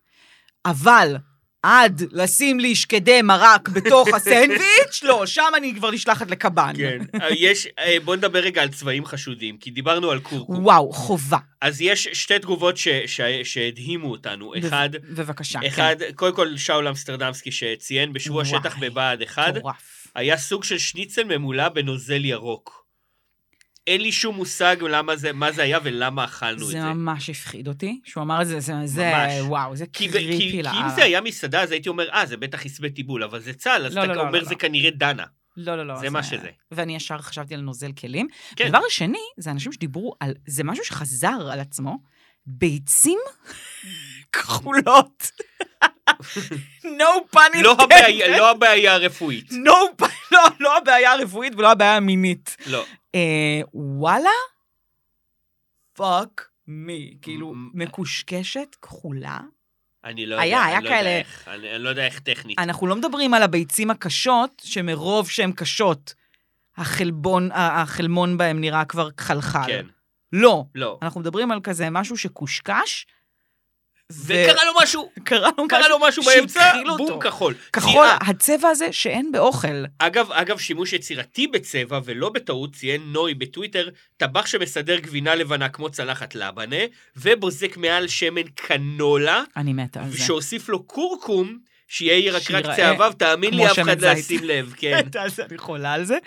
[SPEAKER 3] אבל עד לשים לי שקדי מרק בתוך הסנדוויץ', לא, שם אני כבר נשלחת לקב"ן.
[SPEAKER 2] אה, יש, אה, בוא נדבר רגע על צבעים חשודים, כי דיברנו על קורקום.
[SPEAKER 3] וואו, חובה.
[SPEAKER 2] אז יש שתי תגובות ש- ש- שהדהימו אותנו. אחד,
[SPEAKER 3] ב- בבקשה.
[SPEAKER 2] אחד, קודם כל שאול אמסטרדמסקי שציין בשבוע
[SPEAKER 3] כן. וואי,
[SPEAKER 2] שטח בבה"ד 1,
[SPEAKER 3] כן, מטורף.
[SPEAKER 2] היה סוג של שניצל ממולא בנוזל ירוק. אין לי שום מושג למה זה, מה זה היה ולמה אכלנו את זה.
[SPEAKER 3] זה ממש הפחיד אותי, שהוא אמר את זה, זה, זה,
[SPEAKER 2] ממש.
[SPEAKER 3] וואו, זה
[SPEAKER 2] כי, ב- כי, כי
[SPEAKER 3] קריפי לאללה.
[SPEAKER 2] אם זה היה מסעדה, אז הייתי אומר, אה, זה בטח יסבה טיבול, אבל זה צה"ל, אז
[SPEAKER 3] לא,
[SPEAKER 2] אתה
[SPEAKER 3] לא, לא,
[SPEAKER 2] אומר,
[SPEAKER 3] לא,
[SPEAKER 2] זה
[SPEAKER 3] לא.
[SPEAKER 2] כנראה דנה.
[SPEAKER 3] לא, לא, לא.
[SPEAKER 2] זה מה שזה.
[SPEAKER 3] ואני ישר חשבתי על נוזל כלים.
[SPEAKER 2] כן.
[SPEAKER 3] כן. הדבר השני, זה אנשים שדיברו על, זה משהו שחזר על עצמו, ביצים כחולות. no pun intended.
[SPEAKER 2] לא הבעיה-
[SPEAKER 3] כן.
[SPEAKER 2] לא הבעיה הרפואית.
[SPEAKER 3] no pun, לא, לא הבעיה הרפואית ולא הבעיה המינית.
[SPEAKER 2] לא.
[SPEAKER 3] אה, וואלה? פאק מי. כאילו,
[SPEAKER 2] מ-
[SPEAKER 3] מקושקשת, כחולה.
[SPEAKER 2] אני לא יודע,
[SPEAKER 3] היה,
[SPEAKER 2] אני
[SPEAKER 3] היה
[SPEAKER 2] לא יודע
[SPEAKER 3] כאלה.
[SPEAKER 2] איך, אני אני לא יודע איך טכנית.
[SPEAKER 3] אנחנו לא מדברים על הביצים הקשות, שמרוב שהן קשות, החלבון, ה- החלמון בהן נראה כבר חלחל.
[SPEAKER 2] כן,
[SPEAKER 3] לא.
[SPEAKER 2] לא.
[SPEAKER 3] אנחנו מדברים על כזה משהו שקושקש,
[SPEAKER 2] וקרה לו משהו,
[SPEAKER 3] וקרה לו
[SPEAKER 2] קרה
[SPEAKER 3] משהו
[SPEAKER 2] לו משהו באמצע,
[SPEAKER 3] שהתחיל אותו.
[SPEAKER 2] בום כחול.
[SPEAKER 3] כחול,
[SPEAKER 2] זיעה.
[SPEAKER 3] הצבע הזה שאין באוכל.
[SPEAKER 2] אגב, אגב, שימוש יצירתי בצבע ולא בטעות ציין נוי בטוויטר, טבח שמסדר גבינה לבנה כמו צלחת לבנה, ובוזק מעל שמן קנולה,
[SPEAKER 3] אני מתה על זה.
[SPEAKER 2] שהוסיף לו כורכום שיהיה ירקרק
[SPEAKER 3] שייראה
[SPEAKER 2] צהביו, תאמין לי,
[SPEAKER 3] כמו
[SPEAKER 2] אף אחד
[SPEAKER 3] שמן
[SPEAKER 2] לא
[SPEAKER 3] זית.
[SPEAKER 2] ישים לב, כן.
[SPEAKER 3] אז אני חולה על זה.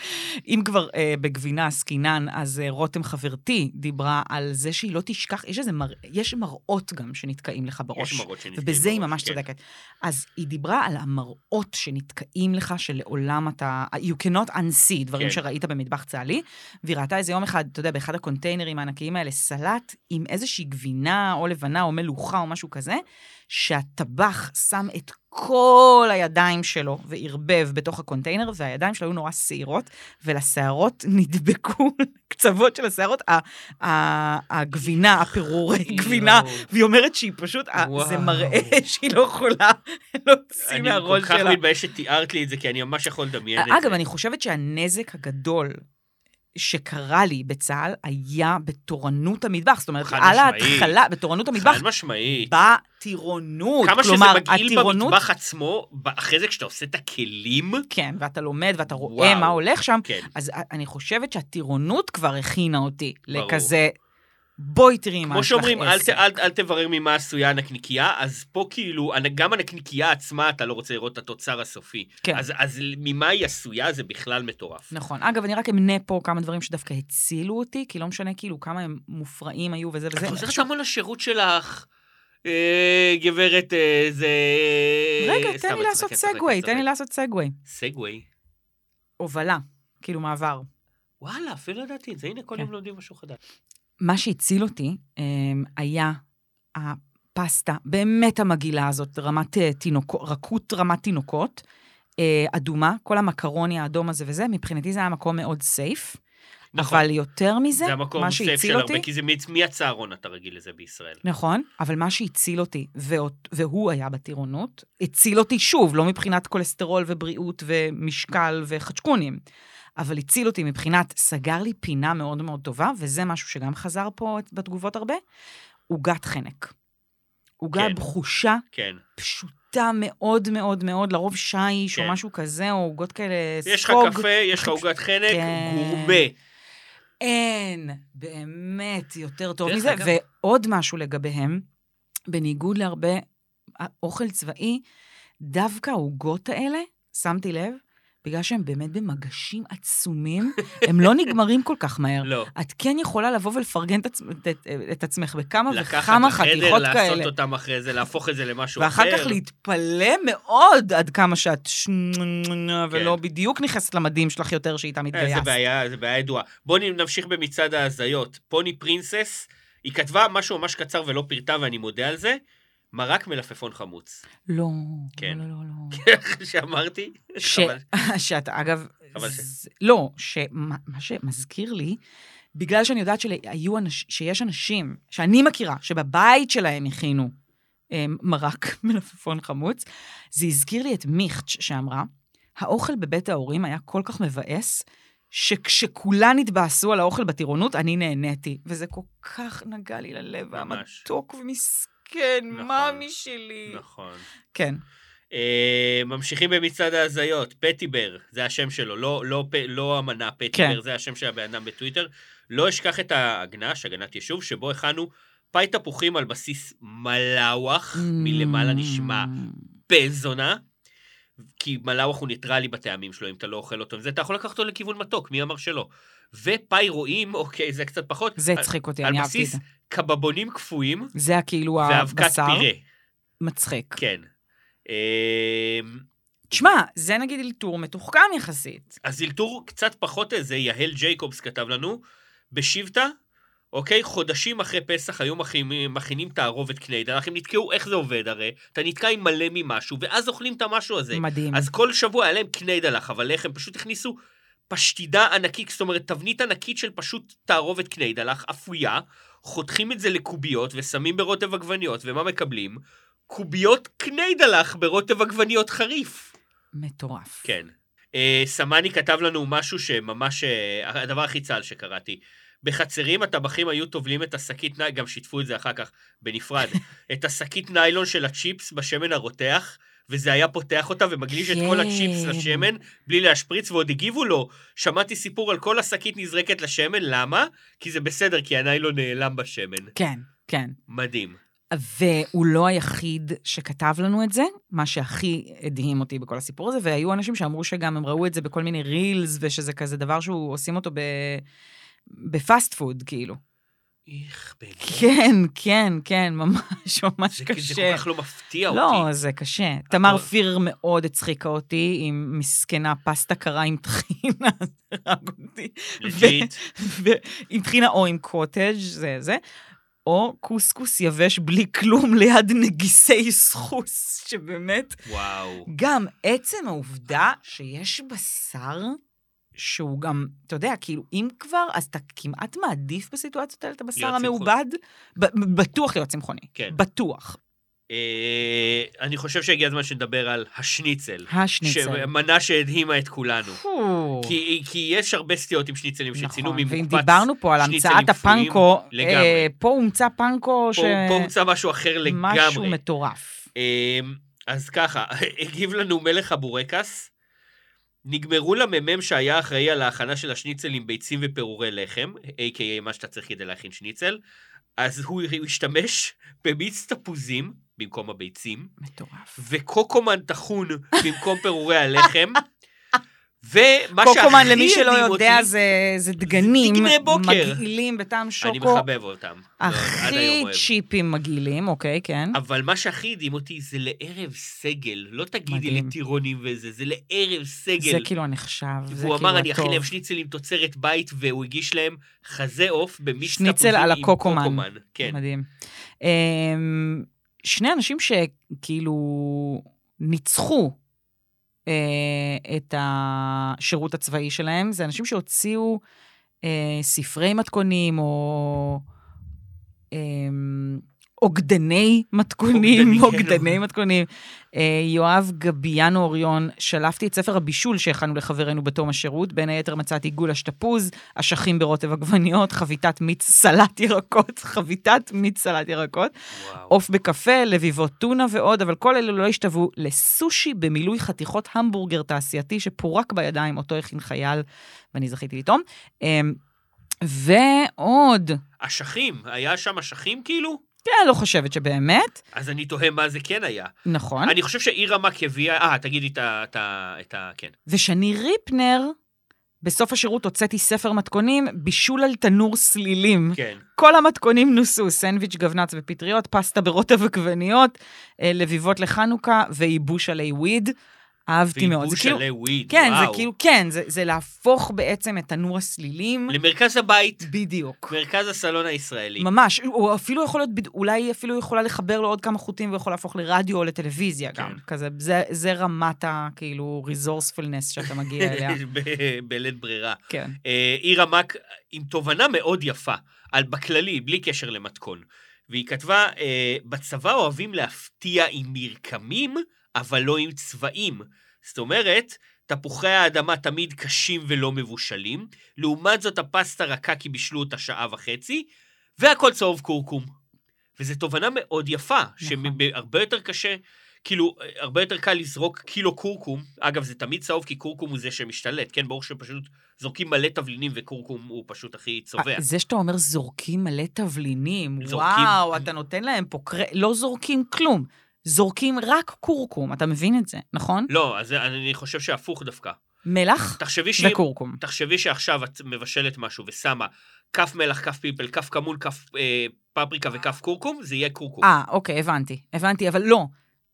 [SPEAKER 3] אם כבר אה, בגבינה עסקינן, אז אה, רותם חברתי דיברה על זה שהיא לא תשכח, יש איזה מר... יש מראות גם שנתקעים לך בראש.
[SPEAKER 2] יש מראות שנתקעים
[SPEAKER 3] ובזה היא
[SPEAKER 2] בראש,
[SPEAKER 3] ממש
[SPEAKER 2] כן.
[SPEAKER 3] צודקת. אז היא דיברה על המראות שנתקעים לך, שלעולם אתה... You cannot unsee, דברים
[SPEAKER 2] כן.
[SPEAKER 3] שראית במטבח צה"לי. והיא ראתה איזה יום אחד, אתה יודע, באחד הקונטיינרים הענקיים האלה, סלט עם איזושהי גבינה או לבנה או מלוכה או משהו כזה, שהטבח שם את כל הידיים שלו וערבב בתוך הקונטיינר, והידיים שלו היו נורא שעירות, ולשערות נדבקו, קצוות של השערות, ה- ה- הגבינה, הפירורי גבינה,
[SPEAKER 2] יואו.
[SPEAKER 3] והיא אומרת שהיא פשוט, אה,
[SPEAKER 2] וואו.
[SPEAKER 3] זה מראה שהיא לא יכולה להוציא
[SPEAKER 2] אני
[SPEAKER 3] מהראש
[SPEAKER 2] כל כך
[SPEAKER 3] שלה.
[SPEAKER 2] מתבייש שתיארת לי את זה, כי אני ממש יכול לדמיין את זה.
[SPEAKER 3] אגב, אני חושבת שהנזק הגדול שקרה לי בצה"ל היה בתורנות המטבח. זאת אומרת,
[SPEAKER 2] חד
[SPEAKER 3] על
[SPEAKER 2] משמעית.
[SPEAKER 3] ההתחלה, בתורנות המטבח,
[SPEAKER 2] חד משמעית.
[SPEAKER 3] בטירונות.
[SPEAKER 2] כמה שזה
[SPEAKER 3] כלומר,
[SPEAKER 2] מגעיל
[SPEAKER 3] הטירונות-
[SPEAKER 2] במטבח עצמו, ב- אחרי זה כשאתה עושה את הכלים,
[SPEAKER 3] כן, ואתה לומד ואתה רואה
[SPEAKER 2] וואו.
[SPEAKER 3] מה הולך שם.
[SPEAKER 2] כן.
[SPEAKER 3] אז א- אני חושבת שהטירונות כבר הכינה אותי
[SPEAKER 2] ברור.
[SPEAKER 3] לכזה, בואי תראי מה
[SPEAKER 2] כמו
[SPEAKER 3] יש לך
[SPEAKER 2] שאומרים, אל, ת-
[SPEAKER 3] עסק.
[SPEAKER 2] אל, אל תברר ממה עשויה הנקניקייה, אז פה כאילו, הנ- גם הנקניקייה עצמה, אתה לא רוצה לראות את התוצר הסופי.
[SPEAKER 3] כן.
[SPEAKER 2] אז, אז ממה היא עשויה זה בכלל מטורף.
[SPEAKER 3] נכון. אגב, אני רק אמנה פה כמה דברים שדווקא הצילו אותי, כי לא משנה כאילו כמה הם מופרעים היו וזה וזה.
[SPEAKER 2] את חוזרת המון לשירות שלך, אה, גברת, אה, זה...
[SPEAKER 3] רגע,
[SPEAKER 2] סתם,
[SPEAKER 3] תן לי
[SPEAKER 2] אני
[SPEAKER 3] לעשות
[SPEAKER 2] צוחק, אני צוחק,
[SPEAKER 3] סגווי,
[SPEAKER 2] אני
[SPEAKER 3] תן לי
[SPEAKER 2] צוחק.
[SPEAKER 3] לעשות סגווי.
[SPEAKER 2] סגווי?
[SPEAKER 3] הובלה, כאילו מעבר.
[SPEAKER 2] וואלה, אפילו לא ידעתי את זה, הנה כל
[SPEAKER 3] כן.
[SPEAKER 2] יום לומדים משהו חדש.
[SPEAKER 3] מה שהציל אותי אמ, היה הפסטה, באמת המגעילה הזאת, רמת אה, תינוקות, רכות רמת תינוקות, אה, אדומה, כל המקרוני האדום הזה וזה, מבחינתי זה היה מקום מאוד סייף.
[SPEAKER 2] נכון.
[SPEAKER 3] אבל יותר מזה,
[SPEAKER 2] זה המקום
[SPEAKER 3] מה
[SPEAKER 2] סייף
[SPEAKER 3] שהציל
[SPEAKER 2] של
[SPEAKER 3] אותי...
[SPEAKER 2] הרבה, כי זה מצ- מהצהרון אתה רגיל לזה בישראל.
[SPEAKER 3] נכון, אבל מה שהציל אותי, ואות- והוא היה בטירונות, הציל אותי שוב, לא מבחינת כולסטרול ובריאות ומשקל וחדשקונים, אבל הציל אותי מבחינת, סגר לי פינה מאוד מאוד טובה, וזה משהו שגם חזר פה את- בתגובות הרבה, עוגת חנק. עוגה
[SPEAKER 2] כן.
[SPEAKER 3] כן. בחושה
[SPEAKER 2] כן.
[SPEAKER 3] פשוטה מאוד מאוד מאוד, לרוב שיש כן.
[SPEAKER 2] כן.
[SPEAKER 3] או משהו כזה, או עוגות כאלה ספוג.
[SPEAKER 2] יש לך קפה, יש לך עוגת חנק,
[SPEAKER 3] כן.
[SPEAKER 2] גורמה.
[SPEAKER 3] אין באמת יותר טוב
[SPEAKER 2] דרך
[SPEAKER 3] מזה.
[SPEAKER 2] אגב-
[SPEAKER 3] ועוד משהו לגביהם, בניגוד להרבה אה, אוכל צבאי, דווקא העוגות האלה, שמתי לב, בגלל שהם באמת במגשים עצומים, הם לא נגמרים כל כך מהר.
[SPEAKER 2] לא.
[SPEAKER 3] את כן יכולה לבוא ולפרגן את, עצמ- את, את, את עצמך בכמה
[SPEAKER 2] לקחת
[SPEAKER 3] וכמה
[SPEAKER 2] לחדר,
[SPEAKER 3] חתיכות
[SPEAKER 2] לעשות
[SPEAKER 3] כאלה.
[SPEAKER 2] אותם אחרי זה, להפוך את זה למשהו אחר.
[SPEAKER 3] ואחר כך להתפלא מאוד עד כמה שאת שנונה, ולא בדיוק נכנסת למדים שלך יותר שאיתם
[SPEAKER 2] כן. אה, זה
[SPEAKER 3] התגייסת.
[SPEAKER 2] בעיה, זה בעיה ידועה. בואו נמשיך במצעד ההזיות. פוני פרינסס, היא כתבה משהו ממש קצר ולא פירטה, ואני מודה על זה. מרק מלפפון חמוץ.
[SPEAKER 3] לא,
[SPEAKER 2] כן.
[SPEAKER 3] לא, לא, לא. לא.
[SPEAKER 2] אחרי שאמרתי.
[SPEAKER 3] ש-
[SPEAKER 2] אבל-
[SPEAKER 3] שאתה, אגב,
[SPEAKER 2] אבל ש-
[SPEAKER 3] ז... לא, שמה מה שמזכיר לי, בגלל שאני יודעת שהיו אנש... שיש אנשים שאני מכירה, שבבית שלהם הכינו אה, מרק מלפפון חמוץ, זה הזכיר לי את מיכץ' שאמרה, האוכל בבית ההורים היה כל כך מבאס, שכשכולן התבאסו על האוכל בטירונות, אני נהניתי. וזה כל כך נגע לי ללב,
[SPEAKER 2] ממש.
[SPEAKER 3] והמתוק ומסכן,
[SPEAKER 2] נכון.
[SPEAKER 3] מאמי שלי.
[SPEAKER 2] נכון.
[SPEAKER 3] כן.
[SPEAKER 2] אה, ממשיכים במצעד ההזיות, פטיבר, זה השם שלו, לא, לא, פ- לא המנה פטיבר,
[SPEAKER 3] כן.
[SPEAKER 2] זה השם של הבן אדם בטוויטר. לא אשכח את ההגנש, הגנת יישוב, שבו הכנו פאי תפוחים על בסיס
[SPEAKER 3] Mm.
[SPEAKER 2] מלאווח, מלמעלה נשמע בזונה, כי מלאווח הוא ניטרלי בטעמים שלו, אם אתה לא אוכל אותו, וזה, אתה יכול לקחת אותו לכיוון מתוק, מי אמר שלא? ופאי רועים, אוקיי, זה קצת פחות.
[SPEAKER 3] זה
[SPEAKER 2] על-
[SPEAKER 3] הצחיק אותי,
[SPEAKER 2] על
[SPEAKER 3] אני אהבתי את
[SPEAKER 2] בסיס
[SPEAKER 3] זה.
[SPEAKER 2] קבבונים קפואים
[SPEAKER 3] זה היה כאילו
[SPEAKER 2] ואבקת
[SPEAKER 3] הבשר.
[SPEAKER 2] פירה.
[SPEAKER 3] מצחיק.
[SPEAKER 2] כן. אה,
[SPEAKER 3] תשמע, זה נגיד אלתור מתוחכם יחסית.
[SPEAKER 2] אז אלתור קצת פחות איזה, יהל ג'ייקובס כתב לנו, בשבטה, אוקיי, חודשים אחרי פסח היו מכינים- מכינים תערובת קניידלח, הם נתקעו, איך זה עובד הרי? אתה נתקע עם מלא ממשהו, ואז אוכלים את המשהו הזה.
[SPEAKER 3] מדהים.
[SPEAKER 2] אז כל שבוע היה להם קניידלח, אבל איך הם פשוט הכניסו פשטידה ענקית, זאת אומרת, תבנית ענקית של פשוט תערובת קניידלח, אפויה, חותכים את זה לקוביות ושמים ברוטב עגבניות, ומה מקבלים? קוביות קניידלח ברוטב עגבניות חריף.
[SPEAKER 3] מטורף.
[SPEAKER 2] כן. אה, סמני כתב לנו משהו שממש, אה, הדבר הכי צה"ל שקראתי. בחצרים הטבחים היו טובלים את השקית ניילון, גם שיתפו את זה אחר כך בנפרד, את השקית ניילון של הצ'יפס בשמן הרותח, וזה היה פותח אותה ומגליש את כל הצ'יפס
[SPEAKER 3] כן.
[SPEAKER 2] לשמן בלי להשפריץ, ועוד הגיבו לו, שמעתי סיפור על כל השקית נזרקת לשמן, למה? כי זה בסדר, כי הניילון נעלם בשמן.
[SPEAKER 3] כן, כן.
[SPEAKER 2] מדהים.
[SPEAKER 3] והוא לא היחיד שכתב לנו את זה, מה שהכי הדהים אותי בכל הסיפור הזה, והיו אנשים שאמרו שגם הם ראו את זה בכל מיני רילס, ושזה כזה דבר שהוא עושים אותו ב... בפאסט פוד, כאילו.
[SPEAKER 2] איך, באמת.
[SPEAKER 3] כן, כן, כן, ממש ממש
[SPEAKER 2] זה,
[SPEAKER 3] קשה.
[SPEAKER 2] זה כל כך לא מפתיע אותי.
[SPEAKER 3] לא, זה קשה. תמר פיר מאוד הצחיקה אותי עם מסכנה פסטה קרה עם טחינה, זה הרג אותי.
[SPEAKER 2] לג'יט.
[SPEAKER 3] ו- עם טחינה או עם קוטג', זה זה. או קוסקוס יבש בלי כלום ליד נגיסי סחוס, שבאמת,
[SPEAKER 2] וואו.
[SPEAKER 3] גם עצם העובדה שיש בשר, שהוא גם, אתה יודע, כאילו, אם כבר, אז אתה כמעט מעדיף בסיטואציות האלה את הבשר
[SPEAKER 2] להיות צמחוני.
[SPEAKER 3] המעובד. ב- בטוח להיות צמחוני.
[SPEAKER 2] כן.
[SPEAKER 3] בטוח.
[SPEAKER 2] אה, אני חושב שהגיע הזמן שנדבר על השניצל.
[SPEAKER 3] השניצל.
[SPEAKER 2] שמנה שהדהימה את כולנו.
[SPEAKER 3] פו.
[SPEAKER 2] כי, כי יש הרבה סטיות כאילו עם שניצלים שציינו ממוקפץ.
[SPEAKER 3] נכון. ואם דיברנו פה על
[SPEAKER 2] שניצלים
[SPEAKER 3] המצאת
[SPEAKER 2] קפואים,
[SPEAKER 3] הפנקו,
[SPEAKER 2] לגמרי.
[SPEAKER 3] אה, פה הומצא פנקו ש...
[SPEAKER 2] פה, פה הומצא משהו אחר לגמרי.
[SPEAKER 3] משהו מטורף.
[SPEAKER 2] אמ, אז ככה, הגיב לנו מלך הבורקס, נגמרו למ"מ שהיה אחראי על ההכנה של השניצל עם ביצים ופירורי לחם, a.k.a מה שאתה צריך כדי להכין שניצל, אז הוא הוא השתמש במיץ תפוזים במקום הביצים,
[SPEAKER 3] מטורף.
[SPEAKER 2] וקוקומן טחון במקום פירורי הלחם, ומה שהכי
[SPEAKER 3] קוקומן, למי שלא
[SPEAKER 2] הדהים
[SPEAKER 3] יודע,
[SPEAKER 2] אותי-
[SPEAKER 3] זה- זה דגנים
[SPEAKER 2] דגני בוקר.
[SPEAKER 3] מגעילים בטעם
[SPEAKER 2] אני
[SPEAKER 3] שוקו.
[SPEAKER 2] מחבב אותם. מאוד, עד היום
[SPEAKER 3] הכי
[SPEAKER 2] אוהב.
[SPEAKER 3] צ'יפים מגעילים, אוקיי, כן.
[SPEAKER 2] אבל מה שהכי הדהים אותי זה לערב סגל, לא תגידי
[SPEAKER 3] מדהים.
[SPEAKER 2] לטירונים וזה, זה לערב סגל.
[SPEAKER 3] זה כאילו הנחשב, זה כאילו
[SPEAKER 2] הוא
[SPEAKER 3] הטוב.
[SPEAKER 2] אמר, אני הכי אוהב שניצל עם תוצרת בית, והוא הגיש להם חזה עוף במיץ
[SPEAKER 3] שניצל
[SPEAKER 2] תפוזים
[SPEAKER 3] על
[SPEAKER 2] עם
[SPEAKER 3] הקוקומן.
[SPEAKER 2] כן.
[SPEAKER 3] מדהים. אמ, שני אנשים שכאילו ניצחו אה, את השירות הצבאי שלהם, זה אנשים שהוציאו אה, ספרי מתכונים או אמ, אוגדני מתכונים,
[SPEAKER 2] אוגדני, כן.
[SPEAKER 3] אוגדני מתכונים. אה, יואב גביאנו אוריון, שלפתי את ספר הבישול שהכנו לחברינו בתום השירות, בין היתר מצאתי גולש תפוז, אשכים ברוטב עגבניות, חביתת מיץ סלט ירקות, חביתת מיץ סלט ירקות,
[SPEAKER 2] וואו.
[SPEAKER 3] עוף בקפה, לביבות טונה ועוד, אבל כל אלה לא השתוו לסושי במילוי חתיכות המבורגר תעשייתי שפורק בידיים, אותו הכין חייל, ואני זכיתי לטעום. אמ, ועוד,
[SPEAKER 2] אשכים, היה שם אשכים כאילו?
[SPEAKER 3] כן, לא חושבת שבאמת,
[SPEAKER 2] אז אני תוהה מה זה כן היה.
[SPEAKER 3] נכון.
[SPEAKER 2] אני חושב שאירה מק הביאה, אה, תגידי את ה- את ה... את ה... כן.
[SPEAKER 3] ושני ריפנר, בסוף השירות הוצאתי ספר מתכונים, בישול על תנור סלילים.
[SPEAKER 2] כן.
[SPEAKER 3] כל המתכונים נוסו, סנדוויץ', גבנץ ופטריות, פסטה ברוטב עגבניות, אה, לביבות לחנוכה וייבוש עלי וויד. אהבתי מאוד. זה
[SPEAKER 2] ועיבוש
[SPEAKER 3] כאילו-
[SPEAKER 2] עלי וויד,
[SPEAKER 3] כן,
[SPEAKER 2] וואו.
[SPEAKER 3] זה כאילו, כן, זה, זה להפוך בעצם את תנור הסלילים.
[SPEAKER 2] למרכז הבית,
[SPEAKER 3] בדיוק.
[SPEAKER 2] מרכז הסלון הישראלי.
[SPEAKER 3] ממש, הוא אפילו יכול להיות, בד- אולי אפילו יכולה לחבר לו עוד כמה חוטים והוא יכול להפוך לרדיו או לטלוויזיה גם.
[SPEAKER 2] כן.
[SPEAKER 3] כזה, זה, זה רמת ה, כאילו, resourcefulness שאתה מגיע אליה.
[SPEAKER 2] ב- בלית ברירה.
[SPEAKER 3] כן.
[SPEAKER 2] אה, עירה מק עם תובנה מאוד יפה, על בכללי, בלי קשר למתכון. והיא כתבה, אה, בצבא אוהבים להפתיע עם מרקמים, אבל לא עם צבעים. זאת אומרת, תפוחי האדמה תמיד קשים ולא מבושלים, לעומת זאת הפסטה רכה כי בישלו אותה שעה וחצי, והכל צהוב קורקום. וזו תובנה מאוד יפה, שהרבה יותר קשה, כאילו, אה, הרבה יותר קל לזרוק קילו קורקום, אגב, זה תמיד צהוב כי קורקום הוא זה שמשתלט, כן, ברור שפשוט זורקים מלא תבלינים וקורקום הוא פשוט הכי צובע.
[SPEAKER 3] אה, זה שאתה אומר זורקים מלא תבלינים,
[SPEAKER 2] זורקים.
[SPEAKER 3] וואו, אתה נותן להם פה קר... לא זורקים כלום. זורקים רק כורכום, אתה מבין את זה, נכון?
[SPEAKER 2] לא, אז אני חושב שהפוך דווקא.
[SPEAKER 3] מלח
[SPEAKER 2] תחשבי שאם...
[SPEAKER 3] וכורכום.
[SPEAKER 2] תחשבי שעכשיו את מבשלת משהו ושמה כף מלח, כף פלפל, כף כמון, כף אה, פפריקה וכף קורקום, זה יהיה קורקום.
[SPEAKER 3] אה, אוקיי, הבנתי. הבנתי, אבל לא.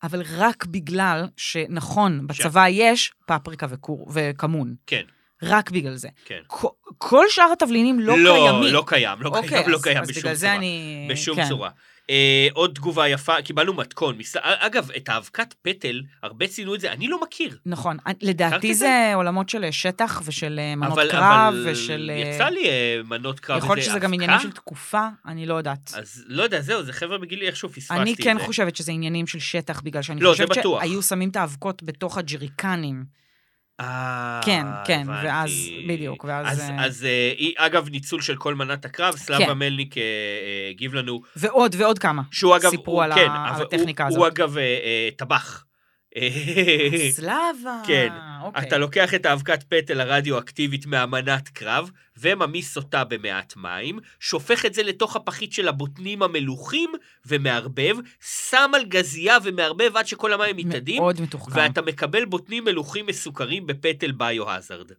[SPEAKER 3] אבל רק בגלל שנכון, בצבא יש פפריקה וכור, וכמון.
[SPEAKER 2] כן,
[SPEAKER 3] רק בגלל זה.
[SPEAKER 2] כן.
[SPEAKER 3] כ- כל שאר התבלינים לא קיימים.
[SPEAKER 2] לא קיים, לא
[SPEAKER 3] אוקיי,
[SPEAKER 2] קיים, לא
[SPEAKER 3] אז-
[SPEAKER 2] קיים
[SPEAKER 3] אז
[SPEAKER 2] בשום
[SPEAKER 3] בגלל זה
[SPEAKER 2] צורה.
[SPEAKER 3] אני...
[SPEAKER 2] בשום
[SPEAKER 3] כן.
[SPEAKER 2] צורה. אה, עוד תגובה יפה, קיבלנו מתכון. מס... אגב, את האבקת פטל, הרבה ציינו את זה, אני לא מכיר.
[SPEAKER 3] נכון. אני-
[SPEAKER 2] הכרת
[SPEAKER 3] לדעתי
[SPEAKER 2] את
[SPEAKER 3] זה עולמות של אה, שטח ושל אה, מנות
[SPEAKER 2] אבל,
[SPEAKER 3] קרב
[SPEAKER 2] אבל
[SPEAKER 3] ושל... אה,
[SPEAKER 2] יצא לי אה, מנות קרב.
[SPEAKER 3] יכול להיות
[SPEAKER 2] וזה
[SPEAKER 3] שזה גם
[SPEAKER 2] אבקה?
[SPEAKER 3] עניינים של תקופה, אני לא יודעת.
[SPEAKER 2] אז לא יודע, זהו, זה חבר'ה בגילי, איכשהו פספסתי
[SPEAKER 3] אני
[SPEAKER 2] את
[SPEAKER 3] כן
[SPEAKER 2] זה.
[SPEAKER 3] חושבת שזה עניינים של שטח, בגלל שאני
[SPEAKER 2] לא, זה
[SPEAKER 3] חושבת
[SPEAKER 2] בטוח.
[SPEAKER 3] שהיו שמים את האבקות בתוך הג'ריקנים.
[SPEAKER 2] אה,
[SPEAKER 3] כן, כן,
[SPEAKER 2] הבנתי.
[SPEAKER 3] ואז, בדיוק, ואז...
[SPEAKER 2] אז,
[SPEAKER 3] אה,
[SPEAKER 2] אז אה, היא, אגב, ניצול של כל מנת הקרב, סלאבה
[SPEAKER 3] כן.
[SPEAKER 2] מלניק אה, אה, הגיב לנו,
[SPEAKER 3] ועוד ועוד כמה.
[SPEAKER 2] שהוא אגב,
[SPEAKER 3] סיפרו
[SPEAKER 2] הוא,
[SPEAKER 3] על ה-
[SPEAKER 2] כן,
[SPEAKER 3] על
[SPEAKER 2] אבל
[SPEAKER 3] הטכניקה
[SPEAKER 2] הוא,
[SPEAKER 3] הזאת.
[SPEAKER 2] הוא אגב אה, אה, טבח. אה,
[SPEAKER 3] סלאבה.
[SPEAKER 2] כן.
[SPEAKER 3] אוקיי.
[SPEAKER 2] אתה לוקח את האבקת פטל הרדיואקטיבית מהמנת קרב, וממיס אותה במעט מים, שופך את זה לתוך הפחית של הבוטנים המלוכים, ומערבב, שם על גזייה ומערבב עד שכל המים מתאדים,
[SPEAKER 3] מאוד מתוחכם.
[SPEAKER 2] ואתה מקבל בוטנים מלוכים מסוכרים בפטל ביו-הזארד.